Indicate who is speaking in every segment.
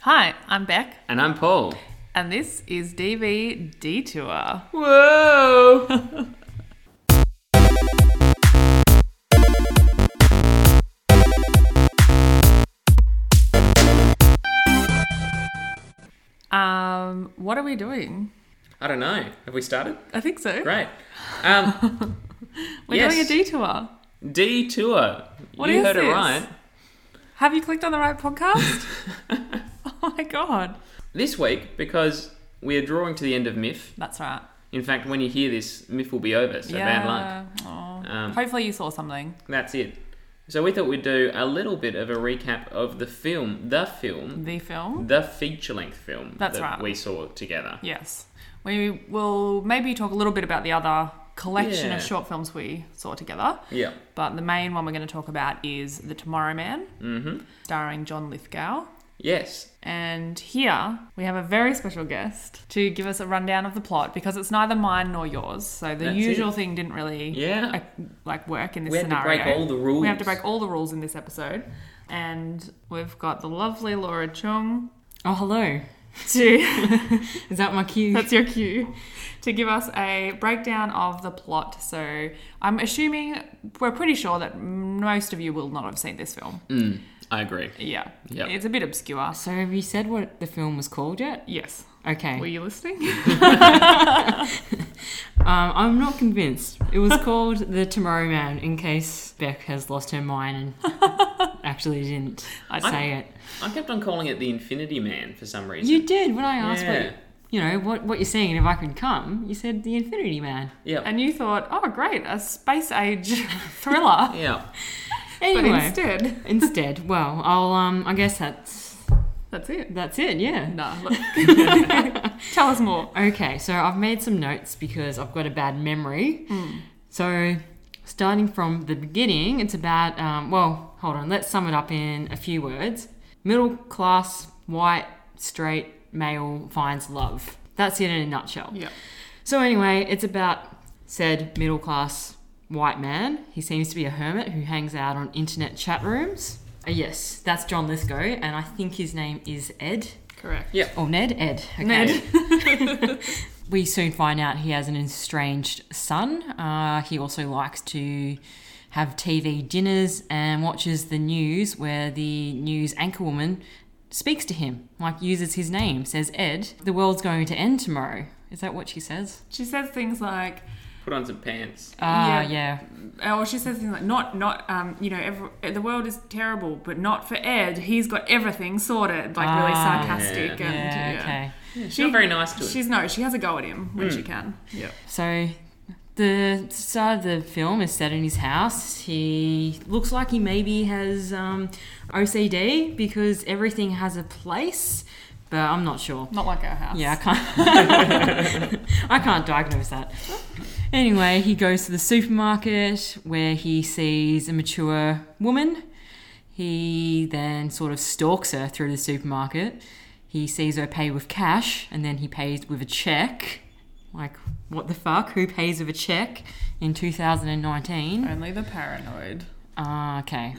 Speaker 1: Hi, I'm Beck,
Speaker 2: And I'm Paul.
Speaker 1: and this is DV Detour.
Speaker 2: Whoa!
Speaker 1: Um, what are we doing?
Speaker 2: I don't know. Have we started?
Speaker 1: I think so.
Speaker 2: Great. Um,
Speaker 1: We're
Speaker 2: Yes.
Speaker 1: doing a detour.
Speaker 2: D tour.
Speaker 1: What
Speaker 2: you
Speaker 1: is
Speaker 2: heard it
Speaker 1: this?
Speaker 2: right.
Speaker 1: Have you clicked on the right podcast? oh my god,
Speaker 2: This week, because we are drawing to the end of MIF.
Speaker 1: that's right.
Speaker 2: In fact, when you hear this, MIF will be over. So bad luck.
Speaker 1: Aw.
Speaker 2: Um,
Speaker 1: Hopefully, you saw something.
Speaker 2: That's it. So we thought we'd do a little bit of a recap of the film, the film,
Speaker 1: The film.
Speaker 2: the feature-length film
Speaker 1: That's
Speaker 2: that
Speaker 1: right.
Speaker 2: we saw together.
Speaker 1: Yes, we will maybe talk a little bit about the other collection
Speaker 2: Yeah.
Speaker 1: of short films we saw together.
Speaker 2: Yeah.
Speaker 1: But the main one we're going to talk about is The Tomorrow Man,
Speaker 2: Mm-hmm.
Speaker 1: starring John Lithgow.
Speaker 2: Yes.
Speaker 1: And here we have a very special guest to give us a rundown of the plot because it's neither mine nor yours. So the
Speaker 2: That's
Speaker 1: usual
Speaker 2: it.
Speaker 1: thing didn't really
Speaker 2: Yeah.
Speaker 1: like, like work in this
Speaker 2: we had
Speaker 1: scenario.
Speaker 2: to break all the rules.
Speaker 1: We have to break all the rules in this episode. And we've got the lovely Laura Chung
Speaker 3: Oh, hello.
Speaker 1: to
Speaker 3: Is that my cue?
Speaker 1: that's your cue to give us a breakdown of the plot. So I'm assuming we're pretty sure that most of you will not have seen this film.
Speaker 2: Mm, I agree.
Speaker 1: Yeah.
Speaker 2: Yep.
Speaker 1: It's a bit obscure.
Speaker 3: so, have you said what the film was called yet?
Speaker 1: Yes.
Speaker 3: Okay.
Speaker 1: Were
Speaker 3: Um,
Speaker 1: you listening?
Speaker 3: Um, I'm not convinced. It was called The Tomorrow Man, in case Beck has lost her mind and actually didn't
Speaker 1: I
Speaker 3: say it.
Speaker 2: I kept on calling it the Infinity Man for some reason.
Speaker 3: You did when I asked
Speaker 2: Yeah.
Speaker 3: what you know what what you're seeing and if I could come. You said The Infinity Man.
Speaker 2: Yeah.
Speaker 1: And you thought, oh, great, a space age thriller.
Speaker 2: Yeah.
Speaker 1: but
Speaker 3: Anyway,
Speaker 1: instead,
Speaker 3: instead, well, I'll um, I guess that's
Speaker 1: that's it.
Speaker 3: that's it. Yeah.
Speaker 1: No, look. Tell us more.
Speaker 3: Okay, so I've made some notes because I've got a bad memory. So, starting from the beginning, it's about, um, well, hold on, let's sum it up in a few words. Middle class, white, straight male finds love. That's it in a nutshell.
Speaker 1: Yeah.
Speaker 3: So, anyway, it's about said middle class white man. He seems to be a hermit who hangs out on internet chat rooms. Uh, yes, that's John Lithgow, and I think his name is Ed.
Speaker 1: Correct.
Speaker 3: Oh, Ned, Ed. Okay.
Speaker 1: Ned.
Speaker 3: We soon find out he has an estranged son. Uh, he also likes to have TV dinners and watches the news where the news anchor woman speaks to him, like uses his name, says, Ed, the world's going to end tomorrow. Is that what she says?
Speaker 1: She says things like,
Speaker 2: Put on some pants.
Speaker 3: Ah,
Speaker 1: Yeah.
Speaker 3: yeah.
Speaker 1: or she says things like, not, not, um, you know, every, the world is terrible, but not for Ed. He's got everything sorted. Like really
Speaker 3: Ah.
Speaker 1: sarcastic
Speaker 2: Yeah.
Speaker 3: Yeah,
Speaker 1: and yeah.
Speaker 3: okay.
Speaker 2: She's not very nice to him.
Speaker 1: She's no, she has a go at him when she can. Hmm. Yeah.
Speaker 3: So the start of the film is set in his house. He looks like he maybe has um, OCD because everything has a place, but I'm not sure.
Speaker 1: Not like our house.
Speaker 3: Yeah, I can't. I can't diagnose that. Anyway, he goes to the supermarket where he sees a mature woman. He then sort of stalks her through the supermarket. He sees her pay with cash and then he pays with a check. Like, what the fuck? Who pays with a check in 2019?
Speaker 1: Only the paranoid.
Speaker 3: Ah, okay.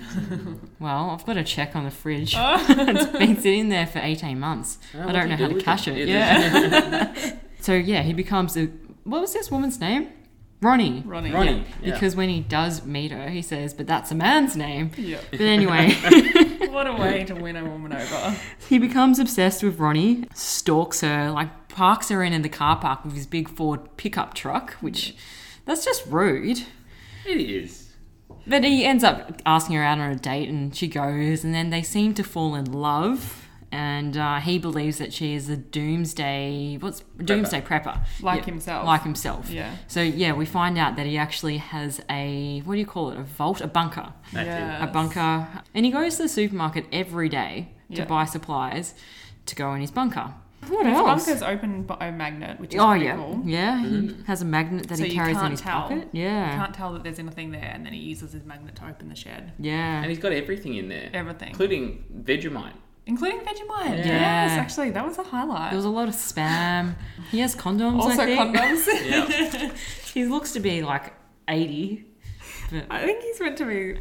Speaker 3: well, I've got a check on the fridge. it's been sitting there for 18 months.
Speaker 2: Oh,
Speaker 3: I
Speaker 2: what do
Speaker 3: don't
Speaker 2: you
Speaker 3: know
Speaker 2: do
Speaker 3: how to
Speaker 2: with
Speaker 3: cash
Speaker 2: it? It
Speaker 3: it. Yeah. so, yeah, he becomes a. What was this woman's name? Ronnie.
Speaker 1: Ronnie.
Speaker 2: Ronnie. Yeah.
Speaker 3: Because when he does meet her, he says, but that's a man's name.
Speaker 1: Yeah.
Speaker 3: But anyway,
Speaker 1: what a way to win a woman over.
Speaker 3: he becomes obsessed with Ronnie, stalks her, like parks her in in the car park with his big Ford pickup truck, which that's just rude.
Speaker 2: it is.
Speaker 3: But he ends up asking her out on a date, and she goes, and then they seem to fall in love. And uh, he believes that she is a doomsday what's doomsday prepper,
Speaker 1: Like
Speaker 3: Yeah,
Speaker 1: himself.
Speaker 3: like himself.
Speaker 1: Yeah.
Speaker 3: So yeah, we find out that he actually has a what do you call it? A vault, a bunker,
Speaker 2: That's it.
Speaker 3: a bunker, and he goes to the supermarket every day to
Speaker 1: Yeah.
Speaker 3: buy supplies to go in his bunker. What
Speaker 1: His
Speaker 3: else?
Speaker 1: bunker's open by a magnet, which is
Speaker 3: Oh
Speaker 1: pretty
Speaker 3: yeah,
Speaker 1: cool.
Speaker 3: yeah. He has a magnet that
Speaker 1: So
Speaker 3: he
Speaker 1: you
Speaker 3: carries
Speaker 1: can't
Speaker 3: in his
Speaker 1: tell.
Speaker 3: pocket. Yeah,
Speaker 1: You can't tell that there's anything there, and then he uses his magnet to open the shed.
Speaker 3: yeah.
Speaker 2: And he's got everything in there,
Speaker 1: Everything,
Speaker 2: including Vegemite.
Speaker 1: including Vegemite.
Speaker 2: Yeah.
Speaker 1: Yes, actually, that was a highlight.
Speaker 3: There was a lot of spam. He has condoms.
Speaker 1: also
Speaker 3: I think.
Speaker 1: condoms.
Speaker 2: Yeah.
Speaker 3: He looks to be like eighty.
Speaker 1: I think he's meant to be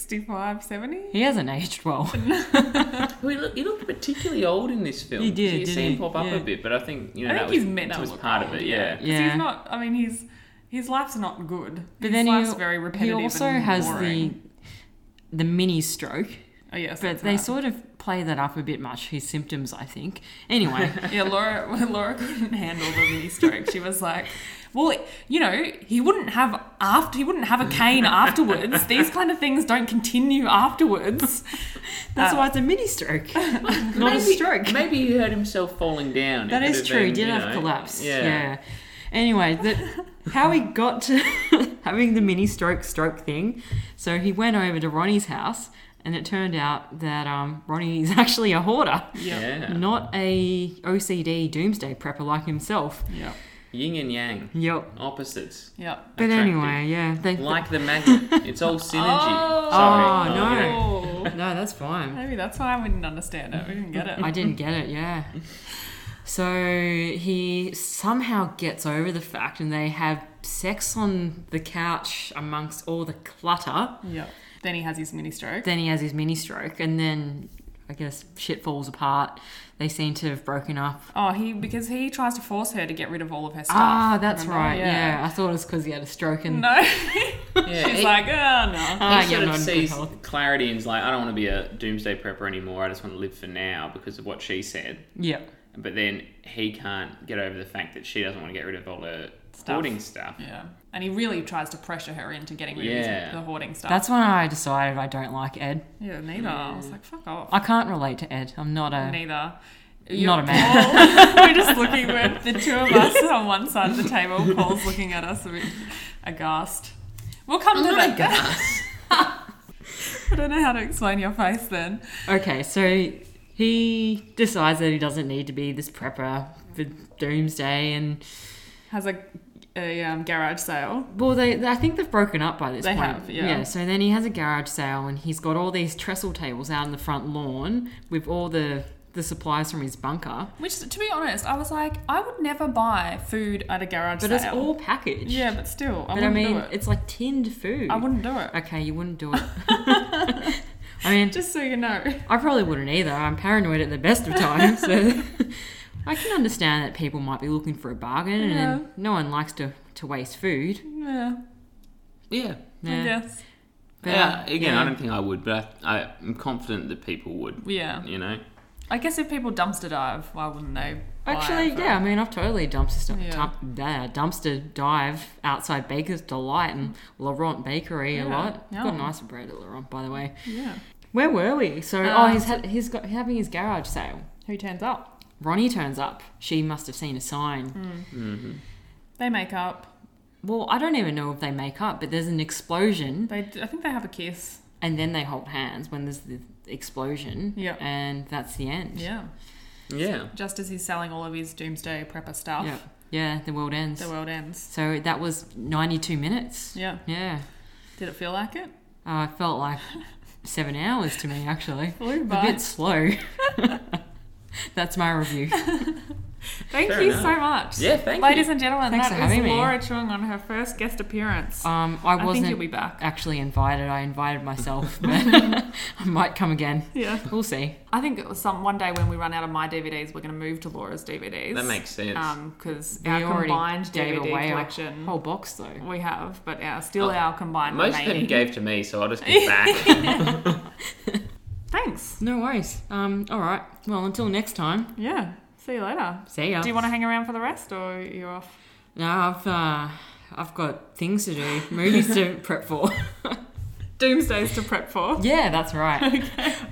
Speaker 1: 65, 70?
Speaker 3: He hasn't aged well.
Speaker 2: Well, he, looked, he looked particularly old in this film.
Speaker 3: He did,
Speaker 2: You
Speaker 3: didn't
Speaker 2: see
Speaker 3: he?
Speaker 2: him pop up
Speaker 3: Yeah.
Speaker 2: a bit, but I think you
Speaker 1: I
Speaker 2: know that
Speaker 1: think
Speaker 2: was
Speaker 1: he's meant
Speaker 2: that
Speaker 1: to
Speaker 2: was
Speaker 1: look
Speaker 2: part of
Speaker 1: old,
Speaker 2: it. Yeah.
Speaker 1: Because
Speaker 3: Yeah.
Speaker 1: he's not. I mean, he's his life's not good.
Speaker 3: But
Speaker 1: his
Speaker 3: then he-
Speaker 1: life's very repetitive.
Speaker 3: he also
Speaker 1: and
Speaker 3: has the
Speaker 1: boring.
Speaker 3: the mini stroke,
Speaker 1: Oh yes,
Speaker 3: but
Speaker 1: that's
Speaker 3: they
Speaker 1: right.
Speaker 3: sort of play that up a bit much. His symptoms, I think. Anyway,
Speaker 1: Yeah, Laura. Laura couldn't handle the mini stroke. She was like, "Well, you know, he wouldn't have after. He wouldn't have a cane afterwards. These kind of things don't continue afterwards."
Speaker 3: that's
Speaker 1: Uh,
Speaker 3: why it's a mini stroke, not a
Speaker 2: Maybe-
Speaker 3: stroke.
Speaker 2: Maybe he hurt himself falling down.
Speaker 3: That
Speaker 2: It could
Speaker 3: is
Speaker 2: have
Speaker 3: true. He
Speaker 2: been,
Speaker 3: did
Speaker 2: you
Speaker 3: have
Speaker 2: know,
Speaker 3: collapse. Yeah. Anyway, the, how he got to having the mini stroke stroke thing. So he went over to Ronnie's house, and it turned out that um, Ronnie is actually a hoarder,
Speaker 2: Yeah.
Speaker 3: not a OCD doomsday prepper like himself.
Speaker 1: Yep.
Speaker 2: Yin and yang,
Speaker 3: Yep.
Speaker 2: opposites.
Speaker 1: Yep.
Speaker 3: But
Speaker 2: Attractive.
Speaker 3: anyway, yeah. They,
Speaker 2: Like the magnet, it's all synergy.
Speaker 1: Oh,
Speaker 2: Sorry.
Speaker 3: Oh, no.
Speaker 1: Oh.
Speaker 3: no, that's fine.
Speaker 1: Maybe that's why I wouldn't understand it. We didn't get it.
Speaker 3: I didn't get it, yeah. So he somehow gets over the fact and they have sex on the couch amongst all the clutter.
Speaker 1: Yep. Then he has his mini stroke.
Speaker 3: Then he has his mini stroke and then I guess shit falls apart. They seem to have broken up.
Speaker 1: Oh, he because he tries to force her to get rid of all of her stuff.
Speaker 3: ah, that's
Speaker 1: remember?
Speaker 3: right. Yeah. I thought it was because he had a stroke and
Speaker 1: No.
Speaker 2: Yeah,
Speaker 1: She's
Speaker 2: he-
Speaker 1: like, oh no.
Speaker 3: Ah,
Speaker 2: he sort of
Speaker 3: yeah, not in good
Speaker 2: sees
Speaker 3: health.
Speaker 2: clarity and is like, I don't want to be a doomsday prepper anymore. I just want to live for now because of what she said.
Speaker 3: yeah.
Speaker 2: But then he can't get over the fact that she doesn't want to get rid of all her
Speaker 1: Stuff.
Speaker 2: hoarding stuff.
Speaker 1: Yeah. And he really tries to pressure her into getting rid of
Speaker 2: Yeah.
Speaker 1: his, the hoarding stuff.
Speaker 3: That's when I decided I don't like Ed.
Speaker 1: yeah, neither. I was like, fuck off.
Speaker 3: I can't relate to Ed. I'm not a
Speaker 1: neither.
Speaker 3: Not a man.
Speaker 1: Paul- we're just looking. We're the two of us on one side of the table. Paul's looking at us a bit aghast. We'll come to that. I don't know how to explain your face then.
Speaker 3: Okay, so he decides that he doesn't need to be this prepper for doomsday and
Speaker 1: Has a, a um, garage sale.
Speaker 3: Well, they, they- I think they've broken up by this
Speaker 1: They
Speaker 3: point.
Speaker 1: have, yeah.
Speaker 3: So then he has a garage sale, and he's got all these trestle tables out in the front lawn with all the the supplies from his bunker,
Speaker 1: Which, to be honest, I was like, I would never buy food at a garage
Speaker 3: but
Speaker 1: sale.
Speaker 3: it's all packaged.
Speaker 1: Yeah, but still, I
Speaker 3: but I
Speaker 1: wouldn't
Speaker 3: mean,
Speaker 1: do it.
Speaker 3: it's like tinned food.
Speaker 1: I wouldn't do it.
Speaker 3: Okay, you wouldn't do it. I mean,
Speaker 1: Just so you know.
Speaker 3: I probably wouldn't either. I'm paranoid at the best of times, so I can understand that people might be looking for a bargain,
Speaker 1: Yeah.
Speaker 3: and no one likes to to waste food.
Speaker 1: Yeah,
Speaker 2: Yeah.
Speaker 1: I
Speaker 3: Yeah.
Speaker 1: guess.
Speaker 3: But,
Speaker 2: yeah.
Speaker 3: um,
Speaker 2: Again,
Speaker 3: yeah.
Speaker 2: I don't think I would, but I, I'm confident that people would.
Speaker 1: Yeah.
Speaker 2: You know?
Speaker 1: I guess if people dumpster dive, why wouldn't they? buy
Speaker 3: Actually,
Speaker 1: it?
Speaker 3: yeah, I mean, I've totally dumpster
Speaker 1: Yeah.
Speaker 3: dump, uh, dumpster dive outside Baker's Delight and Laurent Bakery a
Speaker 1: Yeah,
Speaker 3: lot. Got
Speaker 1: yum.
Speaker 3: nice bread at Laurent, by the way.
Speaker 1: Yeah.
Speaker 3: Where were we? So,
Speaker 1: Uh,
Speaker 3: oh, he's had, he's got he's having his garage sale.
Speaker 1: Who turns up?
Speaker 3: Ronnie turns up. She must have seen a sign.
Speaker 1: Mm. They make up.
Speaker 3: Well, I don't even know if they make up, but there's an explosion,
Speaker 1: They, I think they have a kiss.
Speaker 3: and then they hold hands when there's the explosion.
Speaker 1: Yeah.
Speaker 3: and that's the end.
Speaker 1: Yeah.
Speaker 2: Yeah.
Speaker 1: Just as he's selling all of his doomsday prepper stuff,
Speaker 3: yeah, yeah. The world ends.
Speaker 1: the world ends.
Speaker 3: So that was 92 minutes.
Speaker 1: Yeah.
Speaker 3: yeah.
Speaker 1: Did it feel like it?
Speaker 3: Uh, it felt like seven hours to me, actually.
Speaker 1: Flew
Speaker 3: A
Speaker 1: by.
Speaker 3: bit slow. That's my review.
Speaker 1: Thank
Speaker 2: Fair
Speaker 1: you
Speaker 2: enough.
Speaker 1: so much.
Speaker 2: Yeah, thank
Speaker 1: Ladies
Speaker 2: you.
Speaker 1: and gentlemen,
Speaker 3: Thanks for
Speaker 1: that was
Speaker 3: having me.
Speaker 1: Laura Chung on her first guest appearance.
Speaker 3: Um, I
Speaker 1: I think
Speaker 3: wasn't
Speaker 1: you'll be back.
Speaker 3: actually invited. I invited myself, but I might come again.
Speaker 1: Yeah.
Speaker 3: We'll see.
Speaker 1: I think it was some one day when we run out of my DVDs, we're going to move to Laura's DVDs.
Speaker 2: That makes sense.
Speaker 1: because
Speaker 3: We
Speaker 1: Um, our
Speaker 3: already
Speaker 1: combined
Speaker 3: gave
Speaker 1: DVD
Speaker 3: away a
Speaker 1: collection
Speaker 3: Whole box though.
Speaker 1: we have, but our still
Speaker 2: Oh,
Speaker 1: our combined
Speaker 2: Most of
Speaker 1: remaining.
Speaker 2: them gave to me, so I'll just give back.
Speaker 1: Thanks.
Speaker 3: No worries. Um, all right. Well, until next time.
Speaker 1: Yeah. See you later.
Speaker 3: See ya.
Speaker 1: Do you want to hang around for the rest, or you're off?
Speaker 3: No, I've uh, I've got things to do, movies to prep for.
Speaker 1: Doomsdays to prep for.
Speaker 3: yeah, that's right.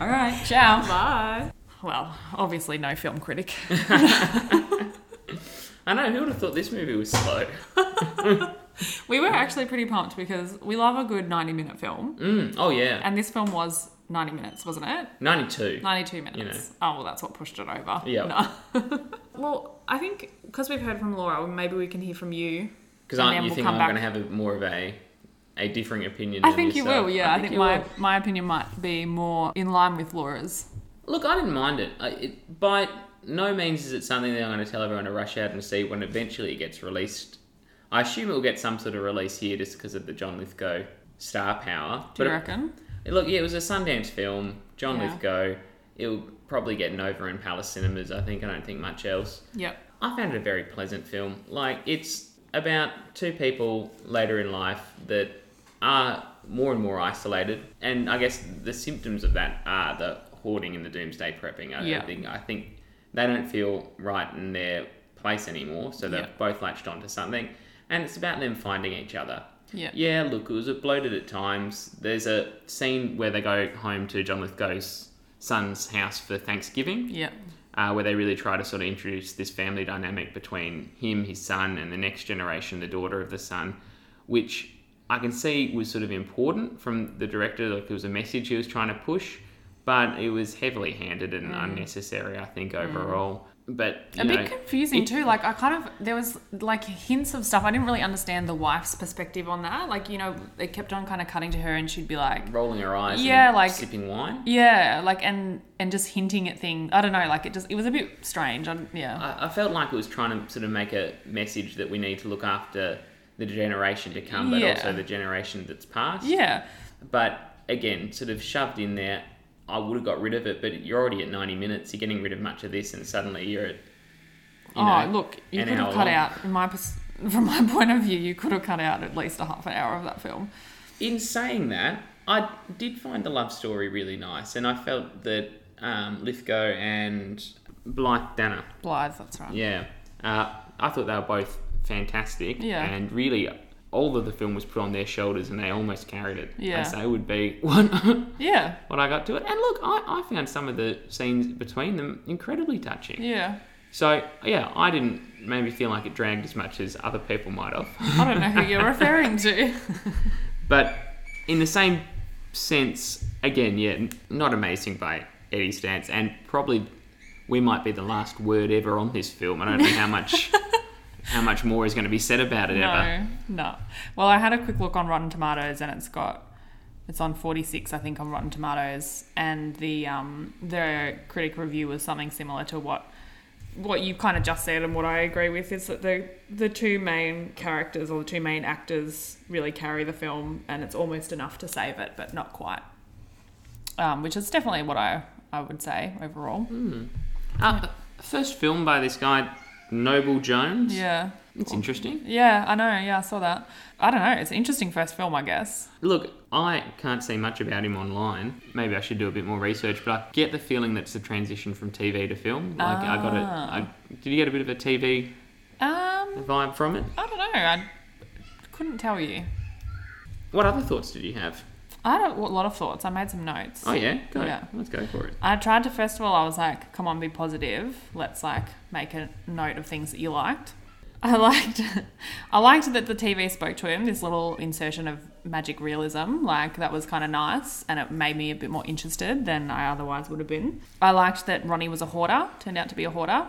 Speaker 3: All right.
Speaker 1: Ciao. Bye. Well, obviously no film critic.
Speaker 2: I know, who would have thought this movie was slow?
Speaker 1: We were actually pretty pumped because we love a good 90 minute film.
Speaker 2: Mm, oh, yeah.
Speaker 1: And this film was 90 minutes, wasn't it?
Speaker 2: 92.
Speaker 1: 92 minutes. Oh, well, that's what pushed it over.
Speaker 2: Yeah.
Speaker 1: No. well, I think because we've heard from Laura, maybe we can hear from you.
Speaker 2: Because
Speaker 1: And
Speaker 2: aren't
Speaker 1: then
Speaker 2: you
Speaker 1: we'll
Speaker 2: think
Speaker 1: come
Speaker 2: I'm
Speaker 1: back.
Speaker 2: going to have a, more of a a differing opinion?
Speaker 1: I
Speaker 2: than
Speaker 1: think you
Speaker 2: yourself?
Speaker 1: will, yeah. I think,
Speaker 2: you
Speaker 1: my,
Speaker 2: will.
Speaker 1: my opinion might be more in line with Laura's.
Speaker 2: Look, I didn't mind it. I, it. By no means is it something that I'm going to tell everyone to rush out and see when eventually it gets released. I assume it will get some sort of release here just because of the John Lithgow star power.
Speaker 1: Do
Speaker 2: but
Speaker 1: you reckon?
Speaker 2: It, Look, yeah, it was a Sundance film. John
Speaker 3: Yeah.
Speaker 2: Lithgow. It'll probably get an over in Palace cinemas. I think. I don't think much else.
Speaker 1: Yep.
Speaker 2: I found it a very pleasant film. Like it's about two people later in life that are more and more isolated, and I guess the symptoms of that are the hoarding and the doomsday prepping. I
Speaker 1: Yeah.
Speaker 2: don't think I think they don't feel right in their place anymore, so they're
Speaker 1: Yeah.
Speaker 2: both latched onto something, and it's about them finding each other.
Speaker 1: Yeah.
Speaker 2: Yeah, look, it was bloated at times. There's a scene where they go home to John Lithgow's son's house for Thanksgiving
Speaker 1: Yeah.
Speaker 2: uh, where they really try to sort of introduce this family dynamic between him, his son, and the next generation, the daughter of the son, which I can see was sort of important from the director. Like there was a message he was trying to push, but it was heavily handed and unnecessary, I think, overall. But you
Speaker 1: Mm. a
Speaker 2: know,
Speaker 1: bit confusing
Speaker 2: it-
Speaker 1: too. Like I kind of there was like hints of stuff. I didn't really understand the wife's perspective on that. Like you know, it kept on kind of cutting to her, and she'd be like,
Speaker 2: rolling her eyes,
Speaker 1: Yeah,
Speaker 2: and
Speaker 1: like-
Speaker 2: sipping wine.
Speaker 1: yeah, like and and just hinting at things. I don't know. Like it just it was a bit strange. I, yeah.
Speaker 2: I, I felt like it was trying to sort of make a message that we need to look after the generation to come, but
Speaker 1: Yeah.
Speaker 2: also the generation that's past.
Speaker 1: yeah.
Speaker 2: But again, sort of shoved in there. I would have got rid of it, but you're already at 90 minutes. You're getting rid of much of this, and suddenly you're at. You
Speaker 1: oh,
Speaker 2: know,
Speaker 1: look, you
Speaker 2: an
Speaker 1: could have
Speaker 2: hour
Speaker 1: cut
Speaker 2: long.
Speaker 1: out in my pers- from my point of view, you could have cut out at least a half an hour of that film.
Speaker 2: In saying that, I did find the love story really nice, and I felt that um, Lithgow and Blythe Danner,
Speaker 1: Blythe, that's right.
Speaker 2: yeah, uh, I thought they were both fantastic.
Speaker 1: Yeah.
Speaker 2: And really, all of the film was put on their shoulders, and they almost carried it.
Speaker 1: Yeah.
Speaker 2: As they would be what,
Speaker 1: Yeah.
Speaker 2: what I got to it. And look, I, I found some of the scenes between them incredibly touching.
Speaker 1: Yeah.
Speaker 2: So yeah, I didn't maybe feel like it dragged as much as other people might have.
Speaker 1: I don't know who you're referring to.
Speaker 2: But in the same sense, again, yeah, n- not amazing by Eddie Stance, and probably we might be the last word ever on this film. I don't know how much how much more is going to be said about it ever.
Speaker 1: No, no. Well, I had a quick look on Rotten Tomatoes, and it's got it's on forty six, I think, on Rotten Tomatoes, and the um the critic review was something similar to what what you kind of just said, and what I agree with is that the the two main characters or the two main actors really carry the film, and it's almost enough to save it, but not quite. Um, which is definitely what I I would say overall.
Speaker 2: Uh, first film by this guy, Noble Jones.
Speaker 1: Yeah.
Speaker 2: it's interesting.
Speaker 1: Yeah, I know. Yeah, I saw that. I don't know. It's an interesting first film, I guess.
Speaker 2: Look, I can't see much about him online. Maybe I should do a bit more research, but I get the feeling that's the transition from TV to film. Like I got a,
Speaker 1: Ah.
Speaker 2: I, did you get a bit of a TV
Speaker 1: Um,
Speaker 2: vibe from it?
Speaker 1: I don't know. I couldn't tell you.
Speaker 2: What other thoughts did you have?
Speaker 1: I had a lot of thoughts. I made some notes.
Speaker 2: Oh yeah, go.
Speaker 1: Yeah.
Speaker 2: Let's go for it.
Speaker 1: I tried to first of all. I was like, "Come on, be positive. Let's like make a note of things that you liked." I liked, I liked that the TV spoke to him. This little insertion of magic realism, like that was kind of nice, and it made me a bit more interested than I otherwise would have been. I liked that Ronnie was a hoarder. Turned out to be a hoarder. I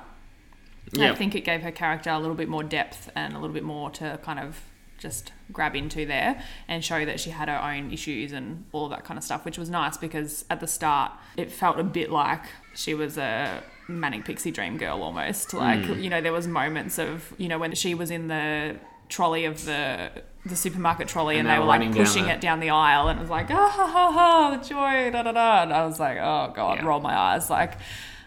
Speaker 2: Yeah.
Speaker 1: think it gave her character a little bit more depth and a little bit more to kind of just grab into there and show that she had her own issues and all that kind of stuff, which was nice because at the start it felt a bit like she was a manic pixie dream girl almost. Like,
Speaker 2: Hmm.
Speaker 1: you know, there was moments of, you know, when she was in the trolley of the the supermarket trolley and,
Speaker 2: And
Speaker 1: they,
Speaker 2: they
Speaker 1: were
Speaker 2: were
Speaker 1: like
Speaker 2: running down
Speaker 1: pushing
Speaker 2: the-
Speaker 1: it down the aisle and it was like, ah ha ha ha, the joy, da da da. And I was like, oh God,
Speaker 2: Yeah.
Speaker 1: roll my eyes, like,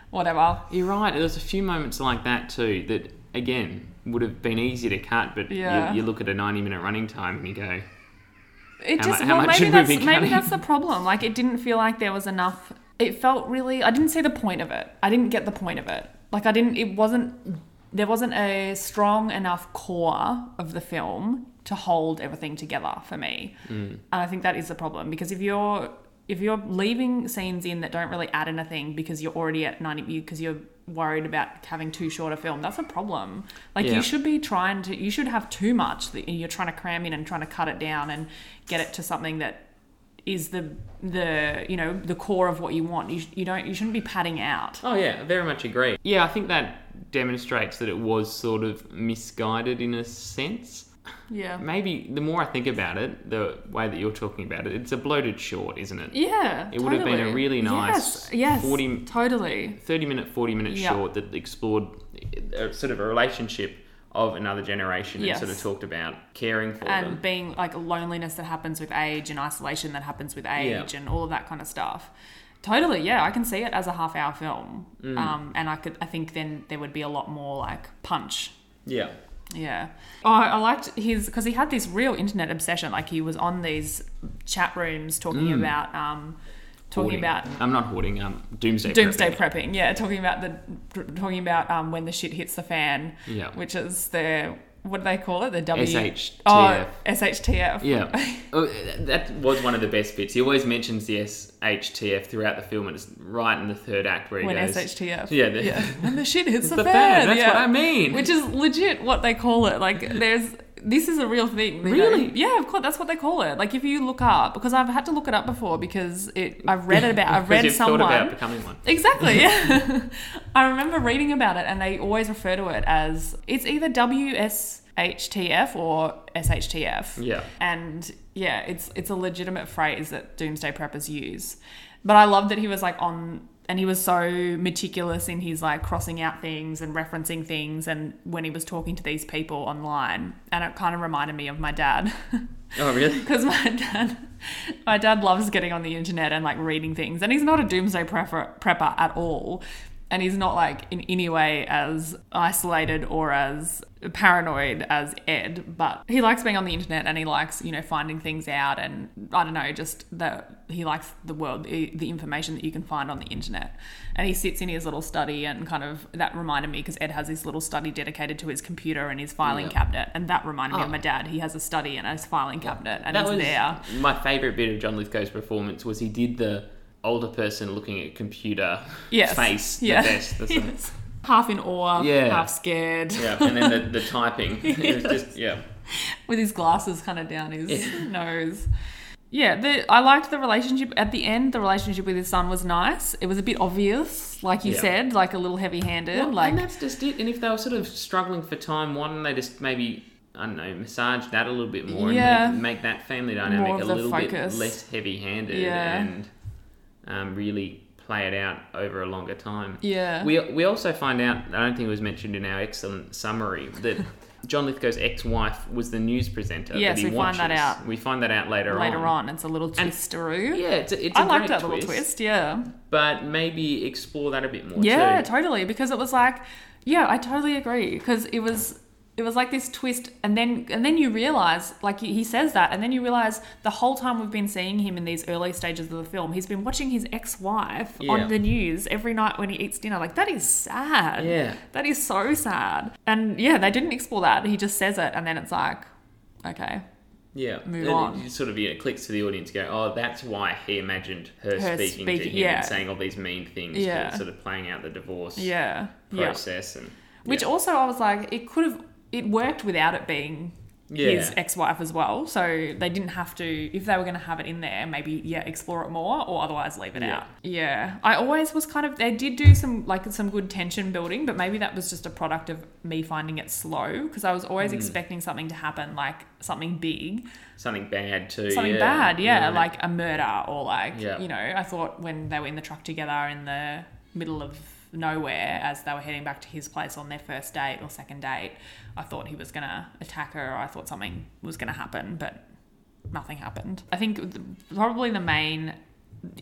Speaker 1: whatever.
Speaker 2: You're right. There's a few moments like that too that again would have been easy to cut, but
Speaker 1: Yeah.
Speaker 2: you, you look at a 90 minute running time and you go,
Speaker 1: It
Speaker 2: How
Speaker 1: just
Speaker 2: mu- how
Speaker 1: well,
Speaker 2: much
Speaker 1: maybe
Speaker 2: should we
Speaker 1: that's
Speaker 2: be
Speaker 1: maybe
Speaker 2: cutting?
Speaker 1: that's the problem. Like it didn't feel like there was enough. It felt really. I didn't see the point of it. I didn't get the point of it. Like I didn't. It wasn't. There wasn't a strong enough core of the film to hold everything together for me.
Speaker 2: Mm.
Speaker 1: And I think that is the problem because if you're if you're leaving scenes in that don't really add anything because you're already at 90 because you're worried about having too short a film that's a problem like
Speaker 2: Yeah.
Speaker 1: you should be trying to you should have too much that you're trying to cram in and trying to cut it down and get it to something that is the the you know the core of what you want you, sh- you don't you shouldn't be padding out
Speaker 2: oh yeah, I very much agree. Yeah, I think that demonstrates that it was sort of misguided in a sense.
Speaker 1: yeah
Speaker 2: Maybe the more I think about it, the way that you're talking about it, it's a bloated short, isn't it?
Speaker 1: yeah
Speaker 2: It would have been a
Speaker 1: totally.
Speaker 2: really nice
Speaker 1: yes, yes
Speaker 2: 40
Speaker 1: totally
Speaker 2: 30 minute, 40 minute
Speaker 1: Yeah.
Speaker 2: uh, short that explored uh, sort of a relationship of another generation
Speaker 1: Yes.
Speaker 2: and sort of talked about caring for
Speaker 1: and
Speaker 2: them.
Speaker 1: being like loneliness that happens with age and isolation that happens with age and all of that kind of stuff. Totally, yeah, I can see it as a half hour film.
Speaker 2: Mm.
Speaker 1: Um, and I could I think then there would be a lot more like punch.
Speaker 2: Yeah.
Speaker 1: Yeah. Oh, I liked his because he had this real internet obsession. Like he was on these chat rooms talking
Speaker 2: Mm.
Speaker 1: about um, talking
Speaker 2: Hoarding.
Speaker 1: about
Speaker 2: I'm not hoarding. Um, doomsday.
Speaker 1: doomsday
Speaker 2: prepping.
Speaker 1: prepping. Yeah, talking about the talking about um, when the shit hits the fan.
Speaker 2: Yeah.
Speaker 1: Which is the what do they call it? The W.
Speaker 2: SHTF.
Speaker 1: Oh, SHTF.
Speaker 2: Yeah. Oh, that was one of the best bits. He always mentions the SHTF throughout the film, and it's right in the third act where he
Speaker 1: When
Speaker 2: goes.
Speaker 1: SHTF.
Speaker 2: Yeah, the-
Speaker 1: When the shit hits the,
Speaker 2: the
Speaker 1: fan.
Speaker 2: fan, that's
Speaker 1: yeah.
Speaker 2: what I mean.
Speaker 1: Which is legit what they call it. Like there's this is a real thing. you know?
Speaker 2: Really?
Speaker 1: Yeah, of course. That's what they call it. Like if you look up, because I've had to look it up before because it I've read it about. I've
Speaker 2: Because
Speaker 1: read
Speaker 2: you've
Speaker 1: someone.
Speaker 2: thought about becoming one.
Speaker 1: Exactly. Yeah. I remember reading about it, and they always refer to it as it's either WSHTF or SHTF.
Speaker 2: Yeah.
Speaker 1: And yeah, it's it's a legitimate phrase that doomsday preppers use. But I love that he was like on and he was so meticulous in his like crossing out things and referencing things and when he was talking to these people online and it kind of reminded me of my dad.
Speaker 2: Oh, really?
Speaker 1: because my dad my dad loves getting on the internet and like reading things and he's not a doomsday prepper, prepper at all and he's not like in any way as isolated or as paranoid as ed but he likes being on the internet and he likes you know finding things out and i don't know just the he likes the world the, the information that you can find on the internet and he sits in his little study and kind of that reminded me because ed has his little study dedicated to his computer and his filing
Speaker 2: Yeah.
Speaker 1: cabinet and that reminded me of
Speaker 2: Oh.
Speaker 1: my dad he has a study and a filing cabinet and
Speaker 2: that
Speaker 1: he's
Speaker 2: was
Speaker 1: there
Speaker 2: my favorite bit of John Lithgow's performance was he did the older person looking at computer
Speaker 1: yes
Speaker 2: face the
Speaker 1: yeah.
Speaker 2: best. That's the-
Speaker 1: Yes. half in awe
Speaker 2: Yeah.
Speaker 1: half scared
Speaker 2: yeah, and then the, the typing. It was just yeah.
Speaker 1: with his glasses kind of down his
Speaker 2: Yeah.
Speaker 1: nose. Yeah, the, I liked the relationship at the end. The relationship with his son was nice. It was a bit obvious, like you
Speaker 2: Yeah.
Speaker 1: said, like a little heavy-handed.
Speaker 2: Well,
Speaker 1: like
Speaker 2: and that's just it. And if they were sort of struggling for time, why don't they just maybe I don't know massage that a little bit more
Speaker 1: Yeah.
Speaker 2: and make, make that family
Speaker 1: More
Speaker 2: dynamic
Speaker 1: of
Speaker 2: a
Speaker 1: the
Speaker 2: little bit
Speaker 1: focus.
Speaker 2: less heavy-handed
Speaker 1: Yeah.
Speaker 2: and um, really play it out over a longer time.
Speaker 1: yeah,
Speaker 2: We, we also find out, I don't think it was mentioned in our excellent summary, that John Lithgow's ex wife was the news presenter.
Speaker 1: Yes,
Speaker 2: that he
Speaker 1: we find that
Speaker 2: watches.
Speaker 1: out.
Speaker 2: We find that out later,
Speaker 1: later on, it's a little
Speaker 2: And-
Speaker 1: twisteroo.
Speaker 2: Yeah, it's a, it's a
Speaker 1: I liked
Speaker 2: great
Speaker 1: that little twist. Yeah,
Speaker 2: But maybe explore that a bit more.
Speaker 1: yeah,
Speaker 2: too.
Speaker 1: totally. Because it was like, yeah, I totally agree. Because it was. It was like this twist, and then and then you realize, like he he says that, and then you realize the whole time we've been seeing him in these early stages of the film, he's been watching his ex-wife
Speaker 2: Yeah.
Speaker 1: on the news every night when he eats dinner. Like that is sad.
Speaker 2: Yeah.
Speaker 1: that is so sad. And yeah, they didn't explore that. He just says it, and then it's like, okay,
Speaker 2: yeah.
Speaker 1: Move
Speaker 2: And it
Speaker 1: on.
Speaker 2: just sort of yeah, it clicks to the audience, go, oh, that's why he imagined her,
Speaker 1: Her
Speaker 2: speaking to
Speaker 1: speaking-
Speaker 2: him
Speaker 1: yeah.
Speaker 2: and saying all these mean things,
Speaker 1: Yeah.
Speaker 2: and sort of playing out the divorce
Speaker 1: yeah, yeah.
Speaker 2: process. and
Speaker 1: Which
Speaker 2: yeah.
Speaker 1: also I was like, it could have it worked without it being his ex-wife as well. So they didn't have to if they were going to have it in there, maybe yeah, explore it more or otherwise leave it
Speaker 2: Yeah.
Speaker 1: out. Yeah. I always was kind of they did do some like some good tension building, but maybe that was just a product of me finding it slow because I was
Speaker 2: Mm.
Speaker 1: always expecting something to happen like something big,
Speaker 2: Something bad, too.
Speaker 1: something
Speaker 2: yeah.
Speaker 1: bad, yeah, like a murder or like
Speaker 2: Yeah.
Speaker 1: you know, I thought when they were in the truck together in the middle of nowhere as they were heading back to his place on their first date or second date, I thought he was gonna attack her or I thought something was gonna happen, but nothing happened. I think th- probably the main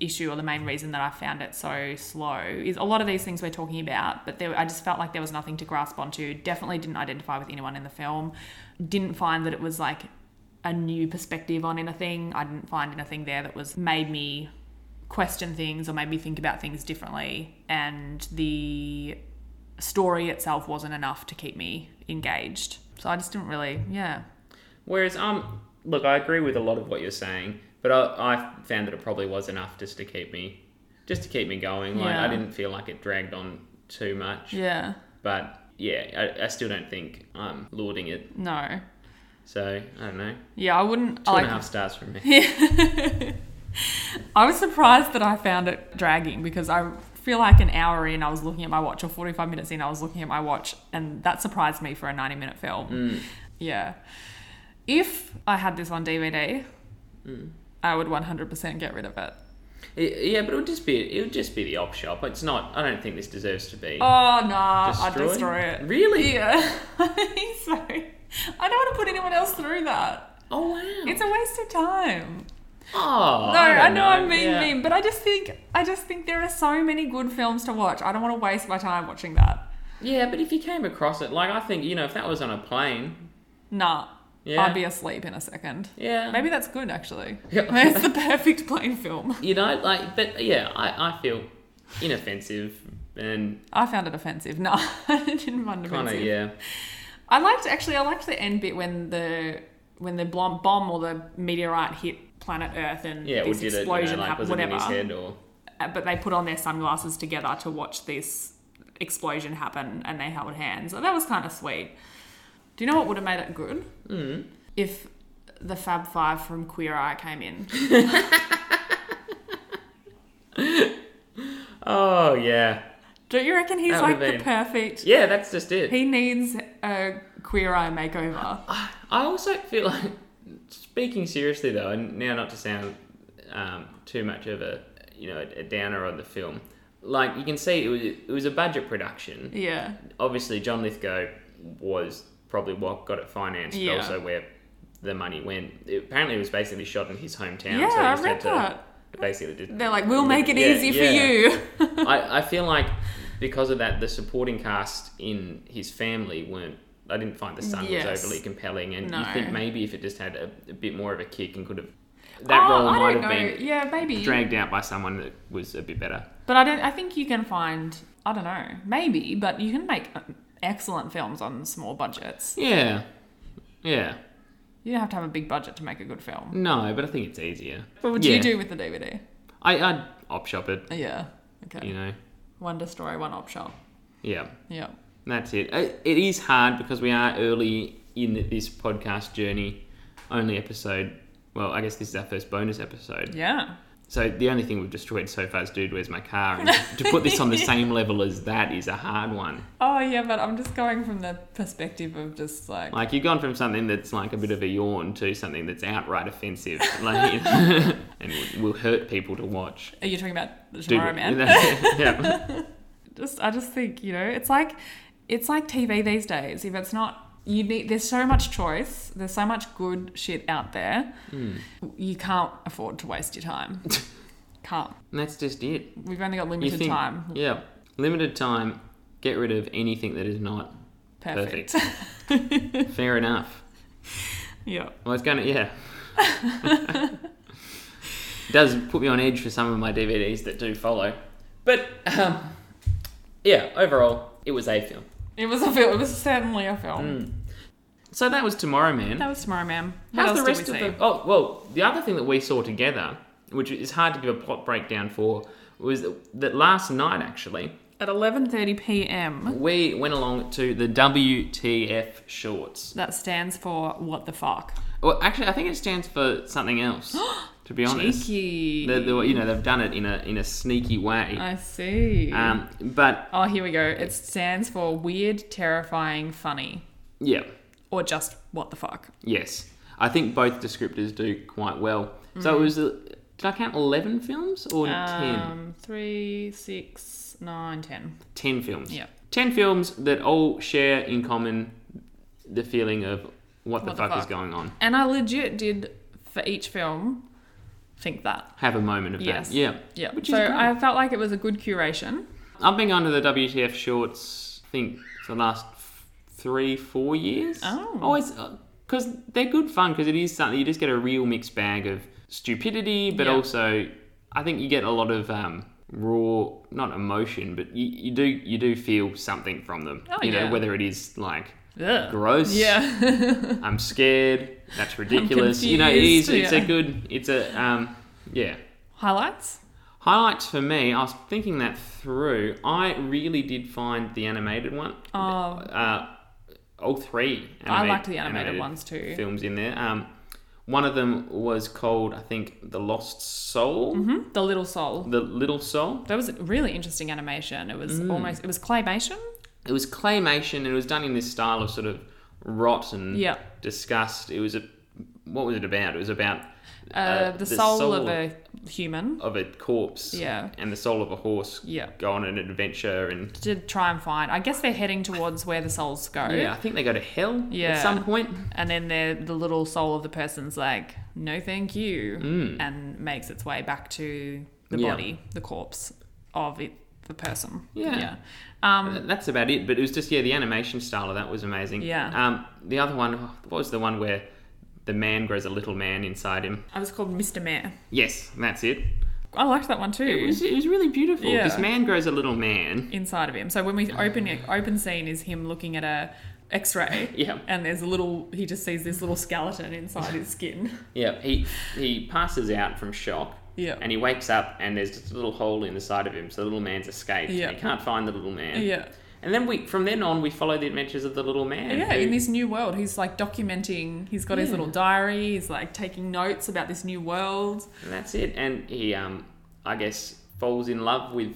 Speaker 1: issue or the main reason that I found it so slow is a lot of these things we're talking about, but there, I just felt like there was nothing to grasp onto. Definitely didn't identify with anyone in the film. Didn't find that it was like a new perspective on anything. I didn't find anything there that was made me question things or made me think about things differently. And the story itself wasn't enough to keep me engaged. So I just didn't really, yeah.
Speaker 2: Whereas, um, look, I agree with a lot of what you're saying, but I, I found that it probably was enough just to keep me, just to keep me going. Like
Speaker 1: Yeah.
Speaker 2: I didn't feel like it dragged on too much.
Speaker 1: Yeah.
Speaker 2: But yeah, I, I still don't think I'm lauding it.
Speaker 1: No.
Speaker 2: So I don't know.
Speaker 1: Yeah, I wouldn't.
Speaker 2: Two and a half
Speaker 1: like,
Speaker 2: stars from me.
Speaker 1: I was surprised that I found it dragging because I feel like an hour in, I was looking at my watch, or 45 minutes in, I was looking at my watch, and that surprised me for a 90 minute film.
Speaker 2: Mm.
Speaker 1: Yeah.
Speaker 2: Mm.
Speaker 1: If I had this on DVD, I would 100% get rid of it.
Speaker 2: It- yeah, but it would just be it would just be the op shop. It's not. I don't think this deserves to be.
Speaker 1: Oh nah, I'd
Speaker 2: destroyed.
Speaker 1: destroy it.
Speaker 2: Really?
Speaker 1: Yeah, I think so. I don't want to put anyone else through that.
Speaker 2: Oh wow.
Speaker 1: It's a waste of time.
Speaker 2: oh,
Speaker 1: No, I, know, I'm
Speaker 2: mean
Speaker 1: being mean, but I just think I just think there are so many good films to watch. I don't want to waste my time watching that.
Speaker 2: Yeah, but if you came across it, like I think you know, if that was on a plane,
Speaker 1: Nah,
Speaker 2: yeah,
Speaker 1: I'd be asleep in a second.
Speaker 2: yeah,
Speaker 1: Maybe that's good actually.
Speaker 2: Yeah.
Speaker 1: Maybe it's the perfect plane film.
Speaker 2: you know, like, but yeah, I, I feel inoffensive and
Speaker 1: I found it offensive. No, I didn't find it
Speaker 2: kind of
Speaker 1: offensive.
Speaker 2: yeah.
Speaker 1: I liked actually. I liked the end bit when the when the blom- bomb or the meteorite hit planet Earth and
Speaker 2: Yeah, we
Speaker 1: this
Speaker 2: did it, you know,
Speaker 1: explosion
Speaker 2: like,
Speaker 1: happened.
Speaker 2: was it in
Speaker 1: Whatever.
Speaker 2: his head or...
Speaker 1: Uh, But they put on their sunglasses together to watch this explosion happen, and they held hands. That was kind of sweet. Do you know what would have made it good?
Speaker 2: Mm.
Speaker 1: If the Fab Five from Queer Eye came in.
Speaker 2: Oh, yeah.
Speaker 1: Do you reckon he's
Speaker 2: That
Speaker 1: like
Speaker 2: would've
Speaker 1: the
Speaker 2: been-
Speaker 1: perfect?
Speaker 2: Yeah, that's just it.
Speaker 1: He needs a Queer Eye makeover.
Speaker 2: I also feel like, speaking seriously though, and now not to sound um, too much of a, you know, a downer on the film, like, you can see it was, it was a budget production.
Speaker 1: Yeah.
Speaker 2: Obviously, John Lithgow was probably what got it financed,
Speaker 1: Yeah.
Speaker 2: but also where the money went. It, apparently, it was basically shot in his hometown.
Speaker 1: Yeah,
Speaker 2: so he
Speaker 1: I
Speaker 2: just had
Speaker 1: read
Speaker 2: to-
Speaker 1: that.
Speaker 2: Basically, just-
Speaker 1: They're like, we'll make it
Speaker 2: Yeah,
Speaker 1: easy
Speaker 2: yeah.
Speaker 1: for you.
Speaker 2: I, I feel like because of that, the supporting cast in his family weren't. I didn't find the son
Speaker 1: Yes.
Speaker 2: was overly compelling, and
Speaker 1: No.
Speaker 2: you think maybe if it just had a, a bit more of a kick and could have that role
Speaker 1: Oh, I
Speaker 2: might
Speaker 1: don't
Speaker 2: have
Speaker 1: know.
Speaker 2: been
Speaker 1: Yeah, maybe.
Speaker 2: dragged out by someone that was a bit better.
Speaker 1: But I don't. I think you can find. I don't know. Maybe, but you can make um, excellent films on small budgets.
Speaker 2: Yeah, yeah.
Speaker 1: You don't have to have a big budget to make a good film.
Speaker 2: No, but I think it's easier.
Speaker 1: What would
Speaker 2: Yeah.
Speaker 1: you do with the DVD?
Speaker 2: I I'd op shop it.
Speaker 1: Yeah. Okay.
Speaker 2: You know.
Speaker 1: One destroy, one op shop.
Speaker 2: Yeah.
Speaker 1: Yeah.
Speaker 2: That's it. I- It is hard because we are early in this podcast journey. Only episode. Well, I guess this is our first bonus episode.
Speaker 1: Yeah.
Speaker 2: So the only thing we've destroyed so far is "Dude, where's my car?" And to put this on the same level as that is a hard one.
Speaker 1: Oh yeah, but I'm just going from the perspective of just like.
Speaker 2: Like you've gone from something that's like a bit of a yawn to something that's outright offensive, like and will will hurt people to watch.
Speaker 1: Are you talking about the
Speaker 2: Dude,
Speaker 1: Tomorrow Man?
Speaker 2: yeah.
Speaker 1: just I just think you know it's like it's like TV these days. If it's not you need there's so much choice. There's so much good shit out there. You can't afford to waste your time. can't.
Speaker 2: And that's just it.
Speaker 1: We've only got
Speaker 2: You
Speaker 1: limited
Speaker 2: think,
Speaker 1: time.
Speaker 2: yeah, limited time. Get rid of anything that is not
Speaker 1: Perfect.
Speaker 2: fair enough.
Speaker 1: yeah.
Speaker 2: Well, it's gonna yeah. Does put me on edge for some of my DVDs that do follow, but um, yeah, overall it was a film.
Speaker 1: It was a film. It was certainly a film.
Speaker 2: So that was Tomorrow Man.
Speaker 1: That was Tomorrow Man. What
Speaker 2: How's
Speaker 1: else
Speaker 2: the rest
Speaker 1: did
Speaker 2: of
Speaker 1: we
Speaker 2: the?
Speaker 1: see?
Speaker 2: Oh well, the other thing that we saw together, which is hard to give a plot breakdown for, was that last night actually
Speaker 1: At 11:30 p.m.
Speaker 2: we went along to the WTF shorts.
Speaker 1: That stands for what the fuck.
Speaker 2: Well, actually, I think it stands for something else. to be honest,
Speaker 1: Cheeky.
Speaker 2: The- the- you know they've done it in a in a sneaky way.
Speaker 1: I see.
Speaker 2: Um, but
Speaker 1: oh, here we go. It stands for weird, terrifying, funny.
Speaker 2: yeah,
Speaker 1: or just what the fuck.
Speaker 2: yes, I think both descriptors do quite well. So it was. uh, Did I count eleven films or ten?
Speaker 1: Mm-hmm. Um, three, six, nine, ten.
Speaker 2: Ten films.
Speaker 1: Yeah.
Speaker 2: Ten films that all share in common the feeling of what the, fuck, is going on.
Speaker 1: And I legit did for each film think that.
Speaker 2: Have a moment of
Speaker 1: Yes.
Speaker 2: that. Yeah.
Speaker 1: Yeah.
Speaker 2: Which
Speaker 1: so
Speaker 2: is great.
Speaker 1: I felt like it was a good curation.
Speaker 2: I've been going to the WTF shorts. I think for the last f- three, four years.
Speaker 1: Oh.
Speaker 2: always because they're good fun because it is something you just get a real mixed bag of stupidity, but
Speaker 1: Yeah.
Speaker 2: also I think you get a lot of um, raw, not emotion, but you, you do you do feel something from them.
Speaker 1: Oh,
Speaker 2: you
Speaker 1: yeah.
Speaker 2: know whether it is like
Speaker 1: Ugh.
Speaker 2: gross.
Speaker 1: Yeah.
Speaker 2: I'm scared. That's ridiculous. you know, it is.
Speaker 1: confused,
Speaker 2: It's a
Speaker 1: yeah.
Speaker 2: good. It's a um, yeah.
Speaker 1: Highlights?
Speaker 2: Highlights for me, I was thinking that through. I really did find the animated one.
Speaker 1: Oh.
Speaker 2: Uh, all three.
Speaker 1: I
Speaker 2: animate-
Speaker 1: liked the animated ones too.
Speaker 2: Films in there. Um, one of them was called, I think, The Lost Soul,
Speaker 1: Hmm? The Little Soul.
Speaker 2: The Little Soul.
Speaker 1: That was a really interesting animation. It was
Speaker 2: Mm.
Speaker 1: almost it was claymation.
Speaker 2: It was claymation and it was done in this style of sort of rot and
Speaker 1: Yeah.
Speaker 2: disgust. It was a what was it about? It was about
Speaker 1: Uh, the,
Speaker 2: the
Speaker 1: soul,
Speaker 2: soul
Speaker 1: of a human.
Speaker 2: of a corpse
Speaker 1: Yeah.
Speaker 2: and the soul of a horse
Speaker 1: Yeah.
Speaker 2: go on an adventure and
Speaker 1: To try and find. I guess they're heading towards where the souls go.
Speaker 2: Oh, yeah, I think they go to hell
Speaker 1: Yeah.
Speaker 2: at some point.
Speaker 1: And then the the little soul of the person's like, no, thank you, and makes its way back to the
Speaker 2: Mm. Yeah.
Speaker 1: body, the corpse of it, the person.
Speaker 2: Yeah.
Speaker 1: Yeah. Um,
Speaker 2: That's about it. But it was just yeah, the animation style of that was amazing.
Speaker 1: Yeah.
Speaker 2: Um, the other one, oh, what was the one where the man grows a little man inside him?
Speaker 1: I was called Mr. Mayor.
Speaker 2: Yes, that's it.
Speaker 1: I liked that one too.
Speaker 2: It was, it was really beautiful.
Speaker 1: Yeah.
Speaker 2: This man grows a little man.
Speaker 1: inside of him. So when we open it, open scene is him looking at a X-ray.
Speaker 2: Yeah.
Speaker 1: And there's a little. He just sees this little skeleton inside his skin.
Speaker 2: Yeah. He he passes out from shock.
Speaker 1: Yeah.
Speaker 2: And he wakes up and there's just a little hole in the side of him, so the little man's escaped.
Speaker 1: Yeah.
Speaker 2: He can't find the little man.
Speaker 1: Yeah.
Speaker 2: And then we from then on we follow the adventures of the little man.
Speaker 1: Yeah,
Speaker 2: who-
Speaker 1: in this new world, he's like documenting. He's got his
Speaker 2: Yeah.
Speaker 1: little diary. He's like taking notes about this new world.
Speaker 2: and that's it. And he um I guess falls in love with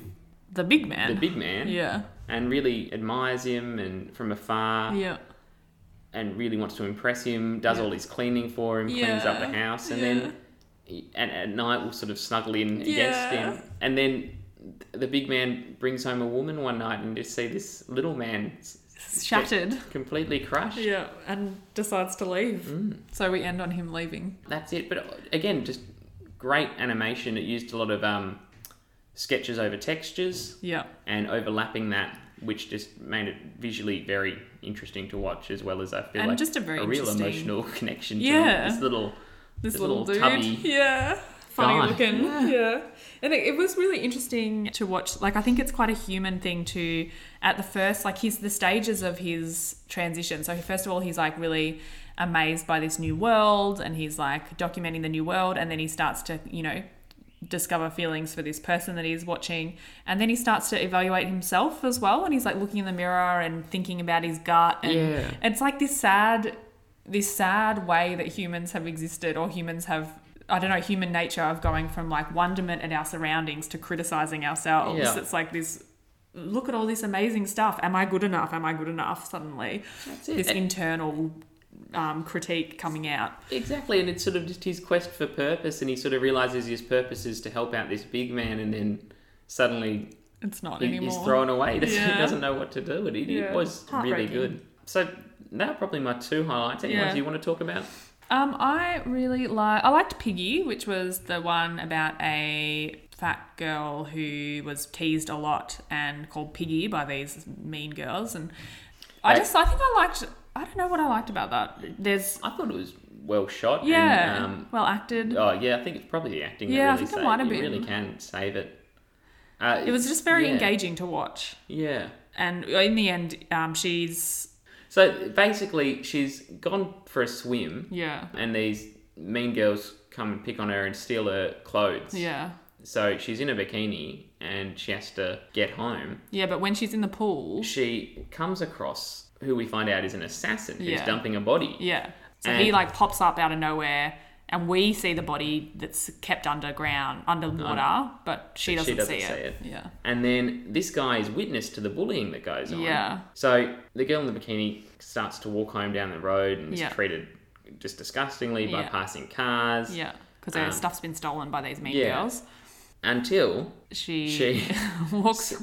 Speaker 1: The big
Speaker 2: the
Speaker 1: man.
Speaker 2: big man.
Speaker 1: Yeah,
Speaker 2: and really admires him and from afar
Speaker 1: yeah,
Speaker 2: and really wants to impress him does all his cleaning for him cleans up the
Speaker 1: Yeah,
Speaker 2: house and
Speaker 1: yeah.
Speaker 2: then he, and at night will sort of snuggle in
Speaker 1: Yeah.
Speaker 2: against him and then the big man brings home a woman one night and just see this little man s- s-
Speaker 1: shattered.
Speaker 2: completely crushed
Speaker 1: Yeah, and decides to leave. Mm. So we end on him leaving.
Speaker 2: that's it but uh, again just great animation it used a lot of um, sketches over textures
Speaker 1: Yeah,
Speaker 2: and overlapping that which just made it visually very interesting to watch as well as I feel
Speaker 1: And
Speaker 2: like
Speaker 1: just a very
Speaker 2: real
Speaker 1: interesting-
Speaker 2: emotional connection to
Speaker 1: Yeah.
Speaker 2: this little
Speaker 1: this
Speaker 2: This
Speaker 1: little,
Speaker 2: little
Speaker 1: dude.
Speaker 2: tubby
Speaker 1: yeah, funny
Speaker 2: guy.
Speaker 1: looking. Yeah. and it, it was really interesting to watch. Like, I think it's quite a human thing to at the first, like, he's the stages of his transition. So first of all, he's like really amazed by this new world, and he's like documenting the new world, and then he starts to, you know. Discover feelings for this person that he's watching, and then he starts to evaluate himself as well. And he's like looking in the mirror and thinking about his gut, and
Speaker 2: Yeah.
Speaker 1: it's like this sad this sad way that humans have existed or humans have I don't know human nature of going from like wonderment at our surroundings to criticizing ourselves.
Speaker 2: Yeah.
Speaker 1: It's like this look at all this amazing stuff. Am I good enough? Am I good enough? Suddenly,
Speaker 2: That's it.
Speaker 1: this
Speaker 2: And-
Speaker 1: internal um, critique coming out.
Speaker 2: exactly, and it's sort of just his quest for purpose, and he sort of realizes his purpose is to help out this big man, and then suddenly
Speaker 1: It's not
Speaker 2: he-
Speaker 1: anymore.
Speaker 2: he's thrown away. Doesn't-
Speaker 1: Yeah.
Speaker 2: He doesn't know what to do. And it,
Speaker 1: Yeah.
Speaker 2: it was really
Speaker 1: Heartbreaking.
Speaker 2: good. So that are probably my two highlights. Anyone
Speaker 1: Yeah.
Speaker 2: do you want to talk about?
Speaker 1: Um, I really like. I liked Piggy, which was the one about a fat girl who was teased a lot and called Piggy by these mean girls. And I
Speaker 2: Like-
Speaker 1: just, I think I liked. I don't know what I liked about that. There's,
Speaker 2: I thought it was well shot. and,
Speaker 1: yeah,
Speaker 2: um,
Speaker 1: well acted.
Speaker 2: Oh yeah, I think it's probably the acting.
Speaker 1: Yeah, I
Speaker 2: that really
Speaker 1: think it
Speaker 2: saved
Speaker 1: might have
Speaker 2: You
Speaker 1: been.
Speaker 2: really can save it. Uh,
Speaker 1: it was just very
Speaker 2: yeah,
Speaker 1: engaging to watch.
Speaker 2: Yeah.
Speaker 1: And in the end, um, she's
Speaker 2: So basically, she's gone for a swim,
Speaker 1: yeah,
Speaker 2: and these mean girls come and pick on her and steal her clothes.
Speaker 1: yeah,
Speaker 2: So she's in a bikini, and she has to get home.
Speaker 1: yeah. But when she's in the pool,
Speaker 2: She comes across who we find out is an assassin who's
Speaker 1: Yeah.
Speaker 2: dumping a body.
Speaker 1: Yeah. So
Speaker 2: And-
Speaker 1: he like pops up out of nowhere, and we see the body that's kept underground, underwater, Uh, but she
Speaker 2: but
Speaker 1: doesn't,
Speaker 2: she
Speaker 1: see,
Speaker 2: doesn't
Speaker 1: it.
Speaker 2: see
Speaker 1: Yeah.
Speaker 2: And then this guy is witness to the bullying that goes on.
Speaker 1: Yeah.
Speaker 2: So the girl in the bikini starts to walk home down the road and is
Speaker 1: Yeah.
Speaker 2: treated just disgustingly by
Speaker 1: Yeah.
Speaker 2: passing cars.
Speaker 1: Yeah. Because their
Speaker 2: Um,
Speaker 1: stuff's been stolen by these mean
Speaker 2: yeah.
Speaker 1: girls.
Speaker 2: Until
Speaker 1: She,
Speaker 2: she
Speaker 1: walks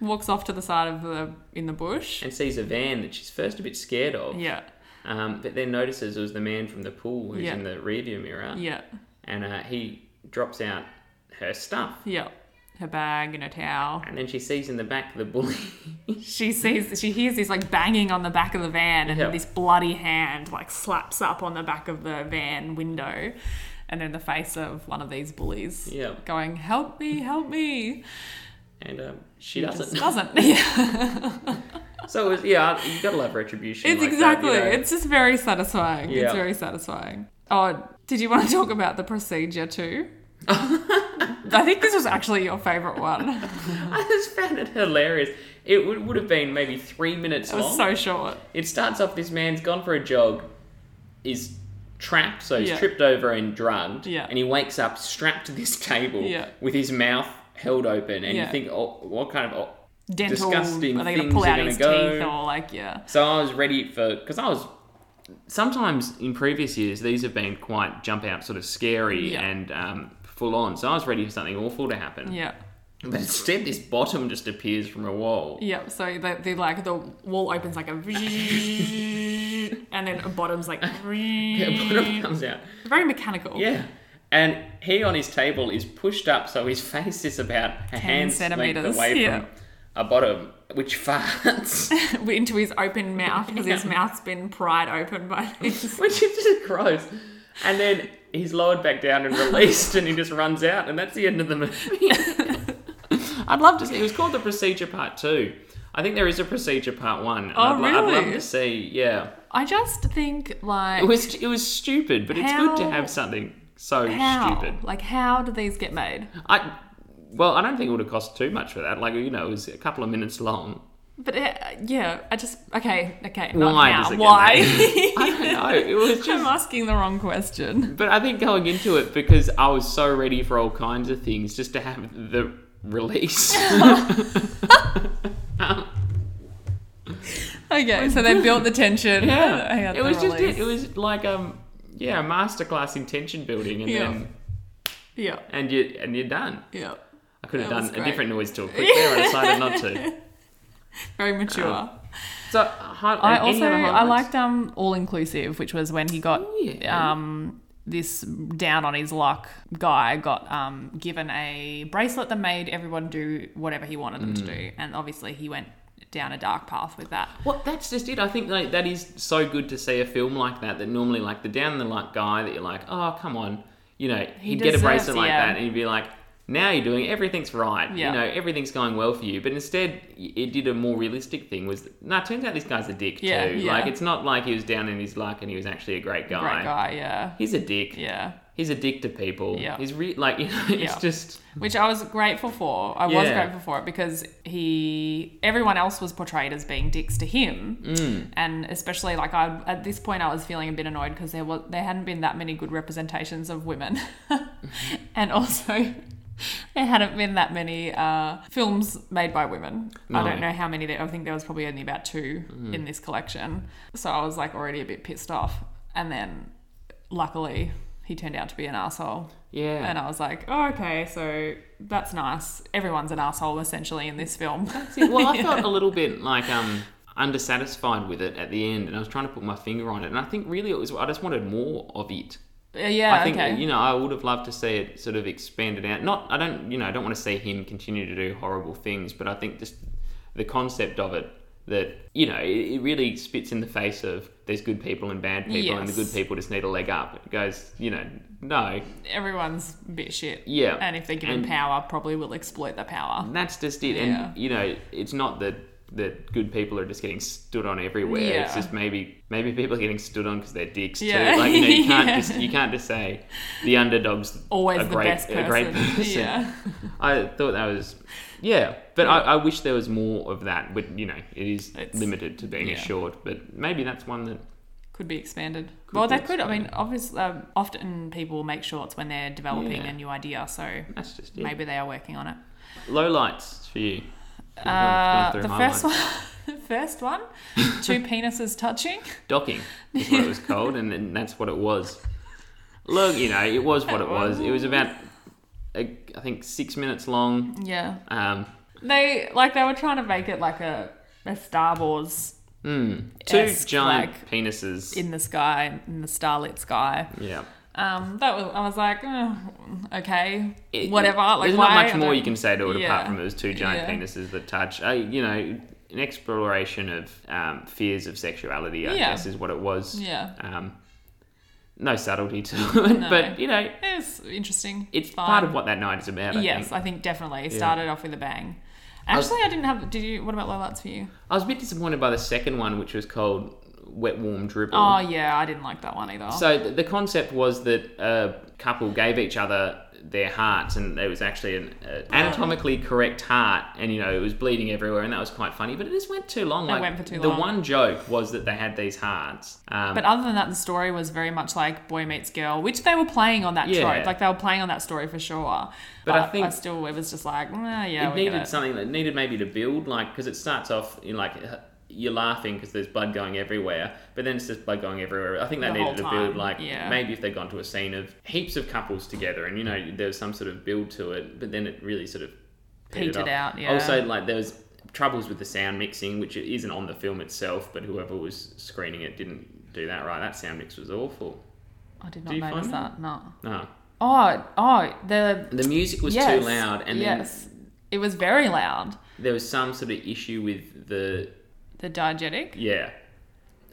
Speaker 1: walks off to the side of the in the bush.
Speaker 2: and sees a van that she's first a bit scared of,
Speaker 1: Yeah.
Speaker 2: um, but then notices it was the man from the pool who's
Speaker 1: Yeah.
Speaker 2: in the rearview mirror,
Speaker 1: Yeah.
Speaker 2: and uh, he drops out her stuff.
Speaker 1: Yeah. Her bag and her towel.
Speaker 2: And then she sees in the back the bully.
Speaker 1: She sees, she hears this like banging on the back of the van, and
Speaker 2: Yeah.
Speaker 1: this bloody hand like slaps up on the back of the van window, and in the face of one of these bullies.
Speaker 2: yeah,
Speaker 1: going, "Help me, help me!"
Speaker 2: and um, she
Speaker 1: He just
Speaker 2: doesn't.
Speaker 1: doesn't. Yeah,
Speaker 2: so it was, yeah, you gotta love retribution.
Speaker 1: it's
Speaker 2: like that,
Speaker 1: exactly.
Speaker 2: you know.
Speaker 1: It's just very satisfying. It's
Speaker 2: Yeah.
Speaker 1: very satisfying. Oh, did you want to talk about the procedure too? I think this was actually your favorite one.
Speaker 2: I just found it hilarious. It would, would have been maybe three minutes
Speaker 1: It was so
Speaker 2: long.
Speaker 1: short.
Speaker 2: it starts off this man's gone for a jog, is trapped, so he's
Speaker 1: Yeah.
Speaker 2: tripped over and drugged,
Speaker 1: Yeah.
Speaker 2: and he wakes up strapped to this table
Speaker 1: Yeah.
Speaker 2: with his mouth held open, and
Speaker 1: Yeah.
Speaker 2: you think, oh, what kind of. Oh.
Speaker 1: Dental.
Speaker 2: Disgusting
Speaker 1: are they gonna
Speaker 2: things
Speaker 1: pull
Speaker 2: are
Speaker 1: out
Speaker 2: gonna
Speaker 1: his
Speaker 2: go.
Speaker 1: teeth or like yeah?
Speaker 2: So I was ready for because I was sometimes in previous years these have been quite jump out, sort of scary
Speaker 1: Yeah.
Speaker 2: and um, full on. So I was ready for something awful to happen.
Speaker 1: Yeah.
Speaker 2: But instead, this bottom just appears from a wall.
Speaker 1: Yeah, so the, the like the wall opens like a and then a bottom's like
Speaker 2: Yeah, bottom comes out.
Speaker 1: very mechanical.
Speaker 2: Yeah. And he on his table is pushed up, so his face is about a hand's
Speaker 1: centimetres,
Speaker 2: length away
Speaker 1: yeah.
Speaker 2: from a bottom, which farts,
Speaker 1: Into his open mouth because his mouth's been pried open by these.
Speaker 2: which is just gross. And then he's lowered back down and released, and he just runs out, and that's the end of the movie. I'd love to see. It was called the Procedure Part Two. I think there is a Procedure Part One. and
Speaker 1: Oh,
Speaker 2: I'd, lo- I'd love
Speaker 1: really?
Speaker 2: to see. Yeah,
Speaker 1: I just think like
Speaker 2: it was it was stupid, but it's good to
Speaker 1: How-
Speaker 2: have something so
Speaker 1: how
Speaker 2: stupid.
Speaker 1: like how do these get made?
Speaker 2: I well, I don't think it would have cost too much for that. Like you know, it was a couple of minutes long.
Speaker 1: But uh, yeah, I just okay okay not
Speaker 2: Why
Speaker 1: how,
Speaker 2: does it get
Speaker 1: why?
Speaker 2: I don't know. It was
Speaker 1: I'm
Speaker 2: just.
Speaker 1: asking the wrong question.
Speaker 2: But I think going into it because I was so ready for all kinds of things, just to have the release.
Speaker 1: Okay, so they built the tension. They had
Speaker 2: it
Speaker 1: the
Speaker 2: was just
Speaker 1: release.
Speaker 2: it. It was like um yeah, a masterclass in tension building, and
Speaker 1: Yeah.
Speaker 2: then
Speaker 1: yeah
Speaker 2: and you and you're done.
Speaker 1: yeah
Speaker 2: I could have
Speaker 1: That was
Speaker 2: done a
Speaker 1: great.
Speaker 2: different noise to a quick there, and I decided not to.
Speaker 1: very mature.
Speaker 2: Um, So hi-
Speaker 1: I
Speaker 2: any
Speaker 1: also
Speaker 2: other
Speaker 1: I
Speaker 2: highlights?
Speaker 1: liked um all inclusive, which was when he got
Speaker 2: Oh, yeah.
Speaker 1: um this down on his luck guy got um given a bracelet that made everyone do whatever he wanted
Speaker 2: Mm.
Speaker 1: them to do, and obviously he went down a dark path with that.
Speaker 2: Well, that's just it. I think like, that is so good to see a film like that. That normally, like the down in the luck guy, that you're like, oh come on, you know, he'd get a
Speaker 1: deserves-
Speaker 2: bracelet like
Speaker 1: yeah.
Speaker 2: that, and you'd be like, now you're doing everything's right.
Speaker 1: Yeah.
Speaker 2: You know, everything's going well for you. But instead, y- it did a more realistic thing. Was nah, turns out this guy's a dick
Speaker 1: Yeah,
Speaker 2: too.
Speaker 1: yeah.
Speaker 2: Like it's not like he was down in his luck and he was actually a great guy.
Speaker 1: Great guy, yeah,
Speaker 2: He's a dick.
Speaker 1: yeah.
Speaker 2: He's a dick to people.
Speaker 1: Yeah.
Speaker 2: He's re- like you know, it's
Speaker 1: Yeah.
Speaker 2: just
Speaker 1: Which I was grateful for. I was
Speaker 2: Yeah.
Speaker 1: grateful for it because he, everyone else was portrayed as being dicks to him,
Speaker 2: Mm.
Speaker 1: and especially like I at this point I was feeling a bit annoyed because there was there hadn't been that many good representations of women, and also. There hadn't been that many uh, films made by women. I
Speaker 2: No. Mm.
Speaker 1: don't know how many there. I think there was probably only about two in this collection. So I was like already a bit pissed off. And then, luckily, he turned out to be an asshole.
Speaker 2: yeah.
Speaker 1: And I was like, oh, okay, so that's nice. Everyone's an asshole essentially in this film.
Speaker 2: See, well, I felt a little bit like um undersatisfied with it at the end, and I was trying to put my finger on it. And I think really it was I just wanted more of it.
Speaker 1: Uh, yeah,
Speaker 2: I think
Speaker 1: okay.
Speaker 2: you know I would have loved to see it sort of expanded out. Not I don't you know I don't want to see him continue to do horrible things, but I think just the concept of it that you know it, it really spits in the face of there's good people and bad people, and the
Speaker 1: Yes.
Speaker 2: good people just need a leg up. It goes you know no
Speaker 1: Everyone's a bit shit.
Speaker 2: yeah
Speaker 1: And if they're given
Speaker 2: And- Mm-hmm.
Speaker 1: power, probably will exploit the power.
Speaker 2: that's just it.
Speaker 1: Yeah.
Speaker 2: And you know, it's not that that good people are just getting stood on everywhere. It's
Speaker 1: Yeah.
Speaker 2: just maybe maybe people are getting stood on because they're dicks
Speaker 1: Yeah.
Speaker 2: too. Like you know, you can't
Speaker 1: Yeah. Oh.
Speaker 2: just you can't just say the underdog's
Speaker 1: Always
Speaker 2: a
Speaker 1: the
Speaker 2: great,
Speaker 1: best person.
Speaker 2: A great person.
Speaker 1: Yeah.
Speaker 2: I thought that was yeah, but I, I wish there was more of that. But you know, it is
Speaker 1: It's-
Speaker 2: limited to being
Speaker 1: yeah.
Speaker 2: a short. But maybe that's one that
Speaker 1: Could be expanded.
Speaker 2: Could
Speaker 1: well,
Speaker 2: be
Speaker 1: they could. I mean, obviously, um, often people make shorts when they're developing
Speaker 2: Yeah.
Speaker 1: a new idea, so
Speaker 2: that's just it.
Speaker 1: maybe they are working on it.
Speaker 2: low lights for you. We've gone-
Speaker 1: Uh,
Speaker 2: gone through
Speaker 1: the
Speaker 2: highlights.
Speaker 1: first one, the first one, two penises touching.
Speaker 2: docking is what it was called, and, and that's what it was. Look, you know, it was what it was. It was about, uh, I think, six minutes long.
Speaker 1: Yeah.
Speaker 2: Um,
Speaker 1: They like they were trying to make it like a, a Star Wars
Speaker 2: mm, two
Speaker 1: Esque,
Speaker 2: giant
Speaker 1: like,
Speaker 2: penises.
Speaker 1: in the sky, in the starlit sky.
Speaker 2: yeah.
Speaker 1: Um, that was I was like, "Ugh, okay,
Speaker 2: It-
Speaker 1: whatever. Like,
Speaker 2: there's
Speaker 1: why?
Speaker 2: not
Speaker 1: I
Speaker 2: much more
Speaker 1: don't-
Speaker 2: you can say to it
Speaker 1: Yeah.
Speaker 2: apart from those two giant
Speaker 1: Yeah.
Speaker 2: penises that touch. Uh, you know, an exploration of um, fears of sexuality, I
Speaker 1: Yeah.
Speaker 2: guess, is what it was.
Speaker 1: Yeah,
Speaker 2: Um, no subtlety to it,
Speaker 1: No.
Speaker 2: but, you know,
Speaker 1: it's interesting.
Speaker 2: it's
Speaker 1: Fine.
Speaker 2: part of what that night is about. I
Speaker 1: yes,
Speaker 2: think.
Speaker 1: I think definitely started off with a bang. Actually, I, didn't have. Did you? What about Lolats for you?
Speaker 2: I was a bit disappointed by the second one, which was called Wet Warm Dribble.
Speaker 1: Oh yeah, I didn't like that one either.
Speaker 2: So th- the concept was that a couple gave each other their hearts, and it was actually an
Speaker 1: Oh.
Speaker 2: uh, anatomically correct heart, and you know it was bleeding everywhere, and that was quite funny. But it just went too long.
Speaker 1: It went for too
Speaker 2: the
Speaker 1: long.
Speaker 2: one joke was that they had these hearts. Um,
Speaker 1: but other than that, the story was very much like boy meets girl, which they were playing on that
Speaker 2: Yeah.
Speaker 1: trope. Like they were playing on that story for sure.
Speaker 2: But I
Speaker 1: I
Speaker 2: think-
Speaker 1: still it was just like, nah, yeah,
Speaker 2: it
Speaker 1: we get
Speaker 2: needed
Speaker 1: it.
Speaker 2: something that needed maybe to build, like because it starts off in like. uh, you're laughing because there's blood going everywhere, but then it's just blood going everywhere. I think they
Speaker 3: The
Speaker 2: needed to
Speaker 3: whole
Speaker 2: build
Speaker 3: time,
Speaker 2: like
Speaker 3: yeah.
Speaker 2: maybe if they'd gone to a scene of heaps of couples together, and you know there was some sort of build to it, but then it really sort of
Speaker 3: Petered
Speaker 2: off.
Speaker 3: out, yeah.
Speaker 2: Also, like there was troubles with the sound mixing, which it isn't on the film itself, but whoever was screening it didn't do that right. That sound mix was awful.
Speaker 1: I did
Speaker 2: Do
Speaker 1: not
Speaker 2: you
Speaker 1: notice
Speaker 2: find
Speaker 1: that. No.
Speaker 2: No,
Speaker 1: Oh, oh, the
Speaker 2: the music was
Speaker 1: yes,
Speaker 2: too loud, and
Speaker 1: yes, it was very loud.
Speaker 2: then there was some sort of issue with the
Speaker 1: The diegetic.
Speaker 2: yeah,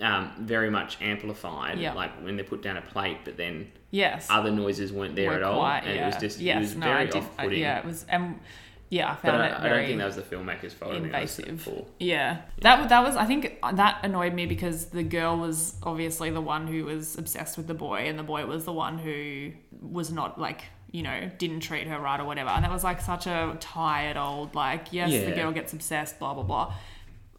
Speaker 2: um, very much amplified.
Speaker 1: Yeah.
Speaker 2: like when they put down a plate, but then
Speaker 1: Yes.
Speaker 2: other noises weren't there
Speaker 1: were
Speaker 2: at all,
Speaker 1: quiet,
Speaker 2: and it was just
Speaker 1: yes,
Speaker 2: it was
Speaker 1: no, I
Speaker 2: very
Speaker 1: did, I-
Speaker 2: off-putting.
Speaker 1: yeah, it was. Um, yeah, I
Speaker 2: but
Speaker 1: found
Speaker 2: I,
Speaker 1: it
Speaker 2: I
Speaker 1: very.
Speaker 2: don't think that was the filmmaker's fault. I think that was the
Speaker 1: invasive.
Speaker 2: poor-
Speaker 1: Yeah. That wa- that was I think that annoyed me because the girl was obviously the one who was obsessed with the boy and the boy was the one who was not like, you know, didn't treat her right or whatever. And that was like such a tired old like, yes, the
Speaker 2: Yeah.
Speaker 1: girl gets obsessed, blah blah blah.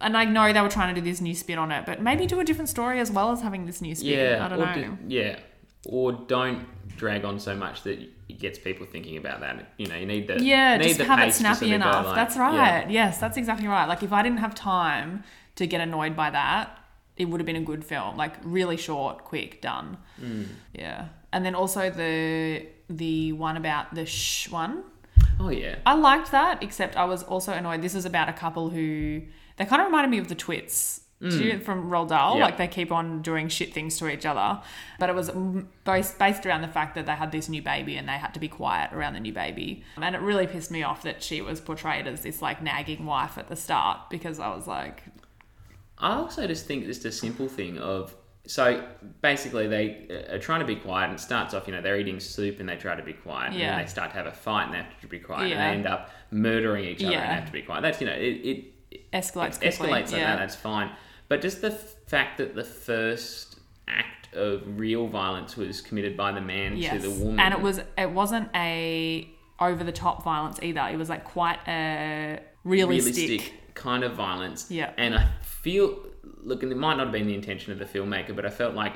Speaker 1: And I know they were trying to do this new spin on it, but maybe do a different story as well as having this new spin.
Speaker 2: Yeah,
Speaker 1: I don't
Speaker 2: or
Speaker 1: know.
Speaker 2: do- yeah, or don't drag on so much that it gets people thinking about that. You know, you need the
Speaker 1: Yeah,
Speaker 2: need
Speaker 1: just
Speaker 2: the
Speaker 1: have it
Speaker 2: pace to
Speaker 1: snappy
Speaker 2: sort of go
Speaker 1: enough.
Speaker 2: like-
Speaker 1: that's
Speaker 2: yeah.
Speaker 1: right. Yes, that's exactly right. Like if I didn't have time to get annoyed by that, it would have been a good film. Like really short, quick, done.
Speaker 2: Mm.
Speaker 1: Yeah. And then also the the one about the shh one.
Speaker 2: Oh yeah.
Speaker 1: I liked that, except I was also annoyed. This is about a couple who they kind of reminded me of the twits. Do you- from Roald Dahl,
Speaker 2: Mm. Yeah.
Speaker 1: like they keep on doing shit things to each other, but it was mm, based based around the fact that they had this new baby and they had to be quiet around the new baby, and it really pissed me off that she was portrayed as this like nagging wife at the start because I was like,
Speaker 2: I also just think it's a simple thing of so basically they uh, are trying to be quiet and it starts off you know they're eating soup and they try to be quiet and
Speaker 1: Yeah.
Speaker 2: then they start to have a fight and they have to be quiet and
Speaker 1: Yeah.
Speaker 2: they end up murdering each other
Speaker 1: Yeah.
Speaker 2: and have to be quiet. That's you know it, it
Speaker 1: escalates
Speaker 2: escalates
Speaker 1: quickly.
Speaker 2: like
Speaker 1: yeah.
Speaker 2: that. That's fine. But just the f- fact that the first act of real violence was committed by the man
Speaker 1: yes.
Speaker 2: to the woman
Speaker 1: and it was it wasn't a over the top violence either. It was like quite a realistic.
Speaker 2: kind of violence.
Speaker 1: Yeah.
Speaker 2: And I feel, look, and it might not have been the intention of the filmmaker, but I felt like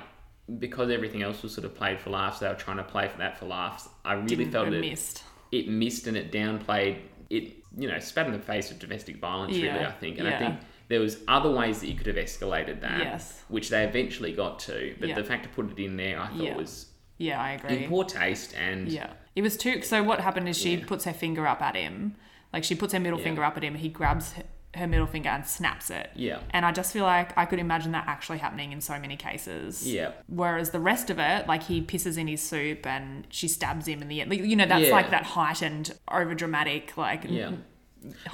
Speaker 2: because everything else was sort of played for laughs, they were trying to play for that for laughs. I really
Speaker 1: Didn't
Speaker 2: felt
Speaker 1: it
Speaker 2: it,
Speaker 1: missed.
Speaker 2: it missed and it downplayed it. You know, spat in the face of domestic violence. Really,
Speaker 1: Yeah.
Speaker 2: I think, and I
Speaker 1: Yeah.
Speaker 2: think there was other ways that you could have escalated that,
Speaker 1: Yes.
Speaker 2: which they eventually got to. But
Speaker 1: Yeah.
Speaker 2: the fact to put it in there, I thought
Speaker 1: Yeah.
Speaker 2: was
Speaker 1: Yeah, I agree.
Speaker 2: in poor taste and
Speaker 1: Yeah. It was too. So what happened is she
Speaker 2: Yeah.
Speaker 1: puts her finger up at him. Like she puts her middle
Speaker 2: Yeah.
Speaker 1: finger up at him. He grabs her, her middle finger and snaps it.
Speaker 2: Yeah.
Speaker 1: And I just feel like I could imagine that actually happening in so many cases.
Speaker 2: yeah.
Speaker 1: Whereas the rest of it, like he pisses in his soup and she stabs him in the end. Like, You know, that's
Speaker 2: Yeah.
Speaker 1: like that heightened, over dramatic, like
Speaker 2: Yeah. And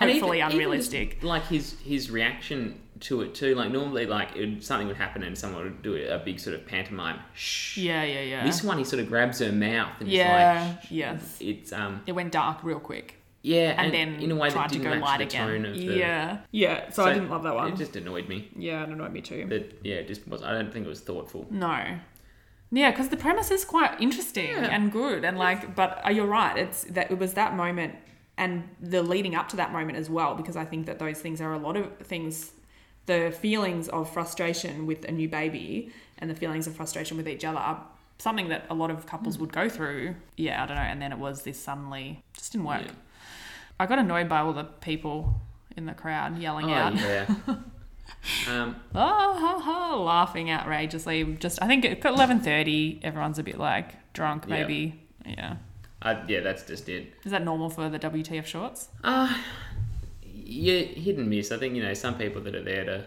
Speaker 2: even-
Speaker 1: hopefully
Speaker 2: even
Speaker 1: unrealistic.
Speaker 2: just, like his his reaction to it too. Like normally, like it, something would happen and someone would do a big sort of pantomime. Shh.
Speaker 1: yeah, yeah, yeah.
Speaker 2: This one, he sort of grabs her mouth and
Speaker 1: Yeah,
Speaker 2: he's like, "Shh."
Speaker 1: yes.
Speaker 2: It's um,
Speaker 1: it went dark real quick.
Speaker 2: yeah,
Speaker 1: And, then
Speaker 2: in a way
Speaker 1: tried
Speaker 2: that didn't
Speaker 1: to go
Speaker 2: match
Speaker 1: light
Speaker 2: the
Speaker 1: again.
Speaker 2: tone of the.
Speaker 1: yeah. Yeah. So, I didn't love that one.
Speaker 2: It just annoyed me.
Speaker 1: yeah, it annoyed me too.
Speaker 2: That yeah, it just was. I don't think it was thoughtful.
Speaker 1: No. Yeah, because the premise is quite interesting
Speaker 2: Yeah.
Speaker 1: and good, and like, but uh, you're right. It's that it was that moment and the leading up to that moment as well, because I think that those things are a lot of things. The feelings of frustration with a new baby and the feelings of frustration with each other are something that a lot of couples
Speaker 2: Hmm.
Speaker 1: would go through. Yeah, I don't know. And then it was this suddenly just didn't work.
Speaker 2: Yeah.
Speaker 1: I got annoyed by all the people in the crowd yelling
Speaker 2: Oh,
Speaker 1: out.
Speaker 2: yeah. um,
Speaker 1: Ah, ha, ha, laughing outrageously. Just I think at eleven thirty, everyone's a bit like drunk,
Speaker 2: Yeah.
Speaker 1: maybe. Yeah.
Speaker 2: I, yeah, that's just it.
Speaker 1: Is that normal for the WTF shorts?
Speaker 2: Uh, yeah, hit and miss. I think, you know, some people that are there to.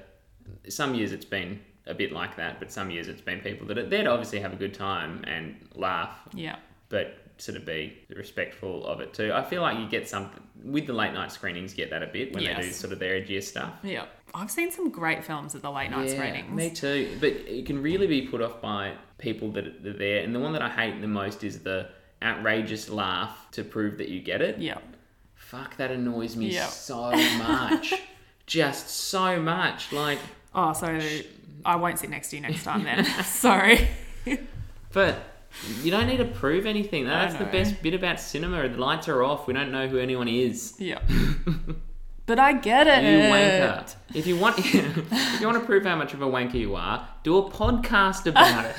Speaker 2: Some years it's been a bit like that, but some years it's been people that are there to obviously have a good time and laugh,
Speaker 1: Yeah.
Speaker 2: but sort of be respectful of it too. I feel like you get some. With the late night screenings, you get that a bit when they do
Speaker 1: Yes.
Speaker 2: sort of their edgier stuff.
Speaker 1: Yeah. I've seen some great films at the late night
Speaker 2: Yeah,
Speaker 1: screenings.
Speaker 2: Me too. But it can really be put off by people that are there. And the one that I hate the most is the outrageous laugh to prove that you get it.
Speaker 1: Yeah.
Speaker 2: Fuck, that annoys me
Speaker 1: Yeah.
Speaker 2: so much. Just so much. Like,
Speaker 1: Oh, so I won't sit next to you next time then. Sorry.
Speaker 2: but you don't need to prove anything. That's the
Speaker 1: know.
Speaker 2: best bit about cinema. The lights are off. We don't know who anyone is.
Speaker 1: Yeah. but I get it.
Speaker 2: You wanker. If you want, if you want to prove how much of a wanker you are, do a podcast about it.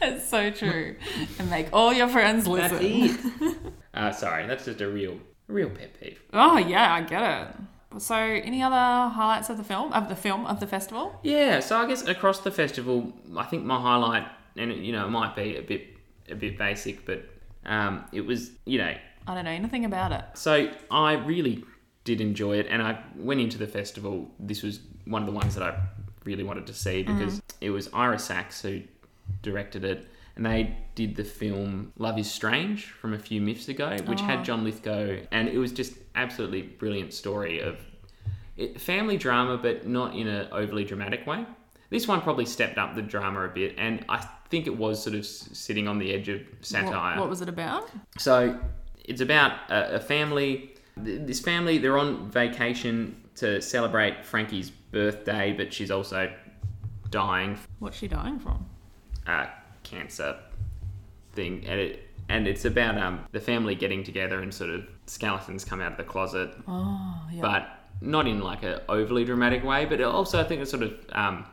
Speaker 1: It's so true. and make all your friends listen.
Speaker 2: That's it. Uh, sorry, that's just a real, real pet peeve.
Speaker 1: Oh yeah, I get it. So, any other highlights of the film? Of the film of the festival?
Speaker 2: Yeah, so I guess across the festival, I think my highlight, and you know, it might be a bit a bit basic, but um, it was you know,
Speaker 1: I don't know anything about it.
Speaker 2: so I really did enjoy it, and I went into the festival. This was one of the ones that I really wanted to see because
Speaker 1: Mm-hmm.
Speaker 2: it was Ira Sachs who directed it, and they did the film Love Is Strange from a few myths ago, which
Speaker 1: Oh.
Speaker 2: had John Lithgow, and it was just absolutely brilliant story of it, family drama, but not in an overly dramatic way. This one probably stepped up the drama a bit, and I think it was sort of s- sitting on the edge of
Speaker 1: What-
Speaker 2: satire.
Speaker 1: What, was it about?
Speaker 2: So it's about a, a family. Th- This family, they're on vacation to celebrate Frankie's birthday, but she's also dying
Speaker 1: What's she dying from?
Speaker 2: uh, cancer thing, and it and it's about um, the family getting together and sort of skeletons come out of the closet,
Speaker 1: Oh, yeah.
Speaker 2: but not in like a overly dramatic way. But it also, I think it's sort of um,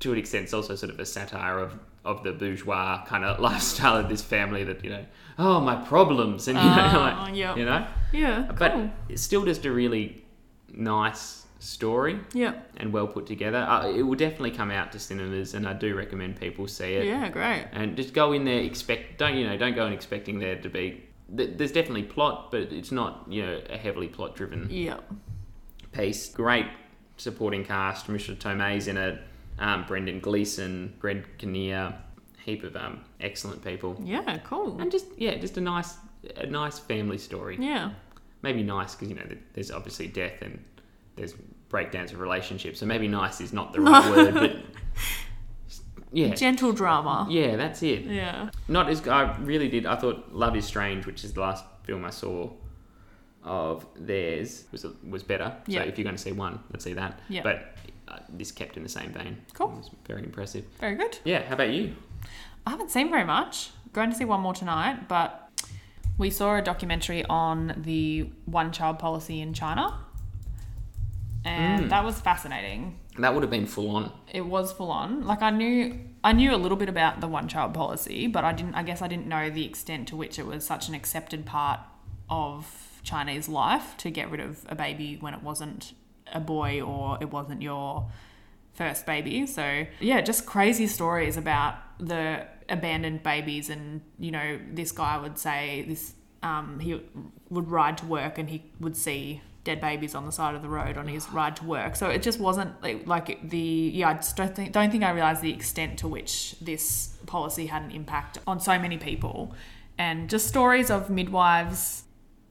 Speaker 2: to an extent, it's also sort of a satire of. Of the bourgeois kind of lifestyle of this family that you know, oh my problems, and you know,
Speaker 1: Oh,
Speaker 2: like,
Speaker 1: yep.
Speaker 2: you know,
Speaker 1: yeah,
Speaker 2: but
Speaker 1: cool.
Speaker 2: it's still just a really nice story
Speaker 1: Yeah,
Speaker 2: and well put together. Uh, it will definitely come out to cinemas, and I do recommend people see it.
Speaker 1: yeah, great.
Speaker 2: And just go in there expect don't you know don't go in expecting there to be. th- There's definitely plot, but it's not you know a heavily plot driven
Speaker 1: Yeah,
Speaker 2: piece. Great supporting cast. Mr. Tomei's in it. Um, Brendan Gleeson, Greg Kinnear, heap of um, excellent people,
Speaker 1: yeah, cool.
Speaker 2: and just yeah, just a nice a nice family story
Speaker 1: Yeah,
Speaker 2: maybe nice because you know th- there's obviously death and there's breakdowns of relationships. So maybe nice is not the right word, but yeah,
Speaker 1: gentle drama.
Speaker 2: yeah, that's it.
Speaker 1: Yeah,
Speaker 2: Not as I really did. I thought Love Is Strange, which is the last film I saw of theirs, was was better.
Speaker 1: Yeah.
Speaker 2: So if you're going to see one, let's see that.
Speaker 1: Yeah.
Speaker 2: But uh, this kept in the same vein.
Speaker 1: Cool.
Speaker 2: It was very impressive.
Speaker 1: very good.
Speaker 2: Yeah. How about you?
Speaker 1: I haven't seen very much. Going to see one more tonight, but we saw a documentary on the one child policy in China. And
Speaker 2: Mm.
Speaker 1: that was fascinating.
Speaker 2: That would have been full on.
Speaker 1: It was full on. Like I knew I knew a little bit about the one child policy, but I didn't I guess I didn't know the extent to which it was such an accepted part of Chinese life to get rid of a baby when it wasn't a boy or it wasn't your first baby. So, yeah, just crazy stories about the abandoned babies. And, you know, this guy would say this, um, he would ride to work and he would see dead babies on the side of the road on his ride to work. So it just wasn't like, like the, yeah, I just don't think, don't think I realised the extent to which this policy had an impact on so many people. And just stories of midwives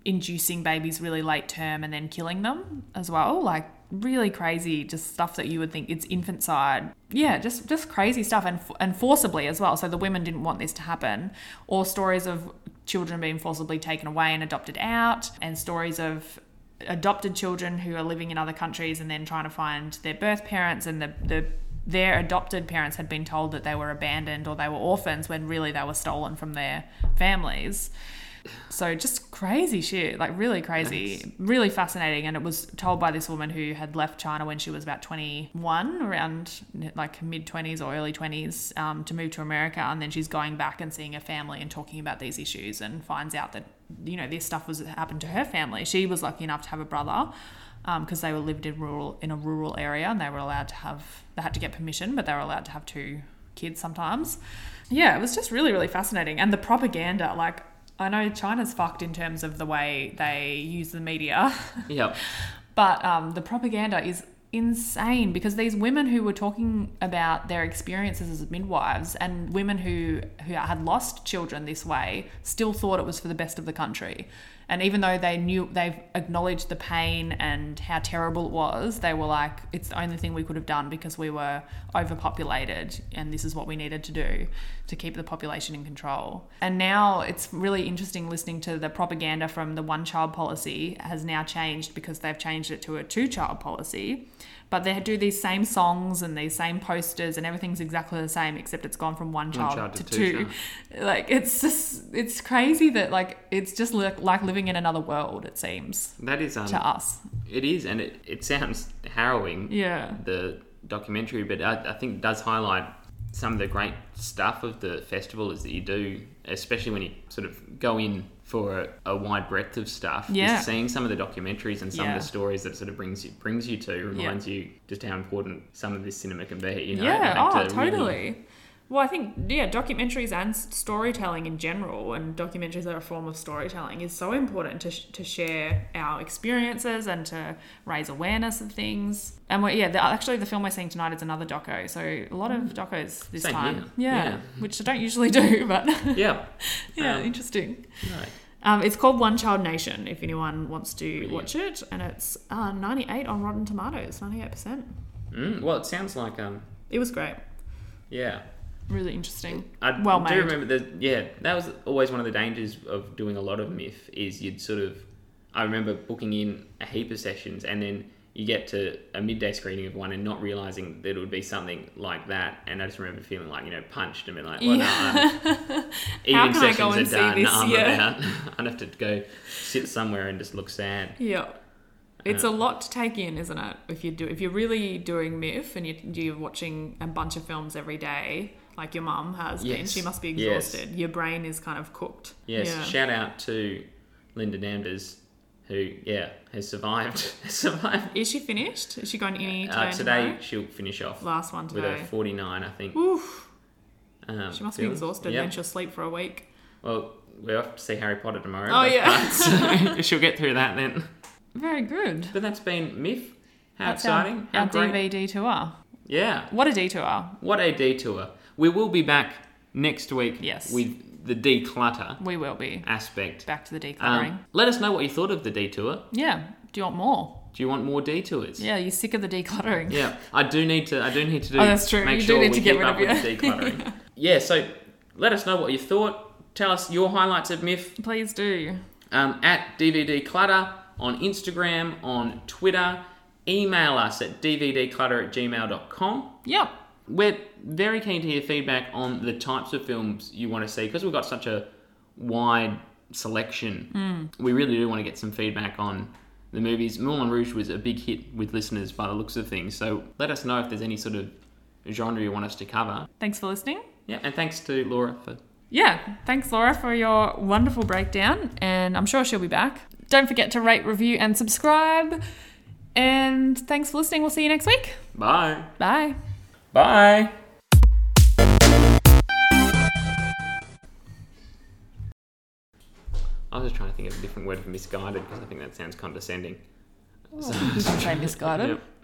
Speaker 1: inducing babies really late term and then killing them as well like really crazy just stuff that you would think it's infant side yeah just just crazy stuff and and forcibly as well so the women didn't want this to happen or stories of children being forcibly taken away and adopted out and stories of adopted children who are living in other countries and then trying to find their birth parents and the, the their adopted parents had been told that they were abandoned or they were orphans when really they were stolen from their families so just crazy shit, like really crazy, really fascinating. And it was told by this woman who had left China when she was about 21, around like mid 20s or early 20s, um, to move to America. And then she's going back and seeing her family and talking about these issues and finds out that, you know, this stuff was happened to her family. She was lucky enough to have a brother because they were lived in rural in a rural area and they were allowed to have they had to get permission but they were allowed to have two kids sometimes yeah it was just really really fascinating and the propaganda like i know china's fucked in terms of the way they use the media
Speaker 2: Yeah.
Speaker 1: but um, the propaganda is insane because these women who were talking about their experiences as midwives and women who who had lost children this way still thought it was for the best of the country and even though they knew they've acknowledged the pain and how terrible it was they were like it's the only thing we could have done because we were overpopulated and this is what we needed to do to keep the population in control and now it's really interesting listening to the propaganda from the one child policy has now changed because they've changed it to a two child policy but they do these same songs and these same posters and everything's exactly the same except it's gone from one child,
Speaker 2: child
Speaker 1: to,
Speaker 2: to
Speaker 1: two,
Speaker 2: two
Speaker 1: like it's just it's crazy that like it's just like, like living in another world it seems
Speaker 2: That is um,
Speaker 1: to us
Speaker 2: it is, and it, it sounds harrowing.
Speaker 1: yeah
Speaker 2: the documentary, but I, I think it does highlight some of the great stuff of the festival is that you do, especially when you sort of go in for a, a wide breadth of stuff. is
Speaker 1: Yeah.
Speaker 2: seeing some of the documentaries and some
Speaker 1: Yeah.
Speaker 2: of the stories that it sort of brings you brings you to reminds you just how important some of this cinema can be. You know,
Speaker 1: yeah.
Speaker 2: and
Speaker 1: Oh,
Speaker 2: to really-
Speaker 1: totally.
Speaker 4: Well, I think yeah, documentaries and s- storytelling in general, and documentaries are a form of storytelling, is so important to sh- to share our experiences and to raise awareness of things.
Speaker 1: And we're, yeah, the, actually, the film we're seeing tonight is another doco. So a lot of docos this
Speaker 2: Mm. Same
Speaker 1: time.
Speaker 2: here.
Speaker 1: Yeah,
Speaker 2: Yeah.
Speaker 1: which I don't usually do, but
Speaker 2: yeah.
Speaker 1: yeah,
Speaker 2: Um,
Speaker 1: interesting.
Speaker 2: no.
Speaker 4: Um, it's called One Child Nation. If anyone wants to
Speaker 2: Brilliant.
Speaker 4: watch it, and it's uh, ninety eight on Rotten Tomatoes, ninety eight percent.
Speaker 2: Mm, well, it sounds like um,
Speaker 4: It was great.
Speaker 2: yeah.
Speaker 1: Really interesting.
Speaker 2: I
Speaker 1: Well
Speaker 2: do
Speaker 1: made.
Speaker 2: remember that. Yeah, that was always one of the dangers of doing a lot of MIF is you'd sort of. I remember booking in a heap of sessions and then you get to a midday screening of one and not realizing that it would be something like that. And I just remember feeling like you know punched and being like, well, no, I'm,
Speaker 4: How
Speaker 2: evening
Speaker 4: can I go
Speaker 2: sessions are
Speaker 4: and see
Speaker 2: done.
Speaker 4: this?
Speaker 2: I'm
Speaker 4: Yeah.
Speaker 2: about. I'd have to go sit somewhere and just look sad.
Speaker 4: Yeah. It's
Speaker 2: Yeah.
Speaker 4: a lot to take in, isn't it? If you do, if you're really doing MIF and you, you're watching a bunch of films every day, like your mum has been,
Speaker 2: Yes.
Speaker 4: she must be
Speaker 2: Yes.
Speaker 4: exhausted. Your brain is kind of cooked.
Speaker 2: Yes,
Speaker 4: Yeah.
Speaker 2: shout out to Linda Danvers, who yeah has survived survived.
Speaker 4: Is she finished? Is she going any today?
Speaker 2: Uh,
Speaker 4: and
Speaker 2: today
Speaker 4: tomorrow?
Speaker 2: she'll finish off
Speaker 4: last one
Speaker 2: with
Speaker 4: today.
Speaker 2: a 49, I think.
Speaker 4: Oof,
Speaker 2: Um,
Speaker 4: she must be
Speaker 2: film.
Speaker 4: exhausted.
Speaker 2: Yep.
Speaker 4: Then she'll sleep for a week.
Speaker 2: Well, we're off to see Harry Potter tomorrow.
Speaker 4: Oh,
Speaker 2: but-
Speaker 4: yeah.
Speaker 2: so she'll get through that then.
Speaker 1: Very good.
Speaker 2: But that's been Myth. How
Speaker 1: That's our-
Speaker 2: exciting.
Speaker 1: Our,
Speaker 2: How great.
Speaker 1: DVD tour.
Speaker 2: Yeah.
Speaker 1: What a detour.
Speaker 2: What a detour. We will be back next week
Speaker 1: Yes.
Speaker 2: with the declutter
Speaker 1: We will be
Speaker 2: aspect.
Speaker 1: back to the decluttering.
Speaker 2: Um, let us know what you thought of the detour.
Speaker 1: yeah. Do you want more?
Speaker 2: Do you want more detours?
Speaker 1: Yeah, you're sick of the decluttering.
Speaker 2: Yeah, I do need to. I do need to do.
Speaker 1: Oh, that's true.
Speaker 2: Make
Speaker 1: You do
Speaker 2: sure
Speaker 1: need
Speaker 2: we
Speaker 1: to get
Speaker 2: keep
Speaker 1: rid
Speaker 2: up
Speaker 1: of
Speaker 2: with the
Speaker 1: your-
Speaker 2: decluttering. yeah. So let us know what you thought. Tell us your highlights of Myth
Speaker 1: Please do.
Speaker 2: um, at DVD Clutter on Instagram, on Twitter. Email us at dvdclutter at gmail.com.
Speaker 1: Yep.
Speaker 2: We're very keen to hear feedback on the types of films you want to see because we've got such a wide selection. We really do want to get some feedback on the movies. Moulin Rouge was a big hit with listeners by the looks of things, so let us know if there's any sort of genre you want us to cover.
Speaker 1: Thanks for listening.
Speaker 2: Yeah, and thanks to Laura for.
Speaker 1: Yeah. Thanks, Laura, for your wonderful breakdown. And I'm sure she'll be back. Don't forget to rate, review, and subscribe. And thanks for listening. We'll see you next week.
Speaker 2: Bye.
Speaker 1: Bye.
Speaker 2: Bye. I was just trying to think of a different word for misguided because I think that sounds condescending.
Speaker 1: Oh, You can say misguided.
Speaker 2: Yep.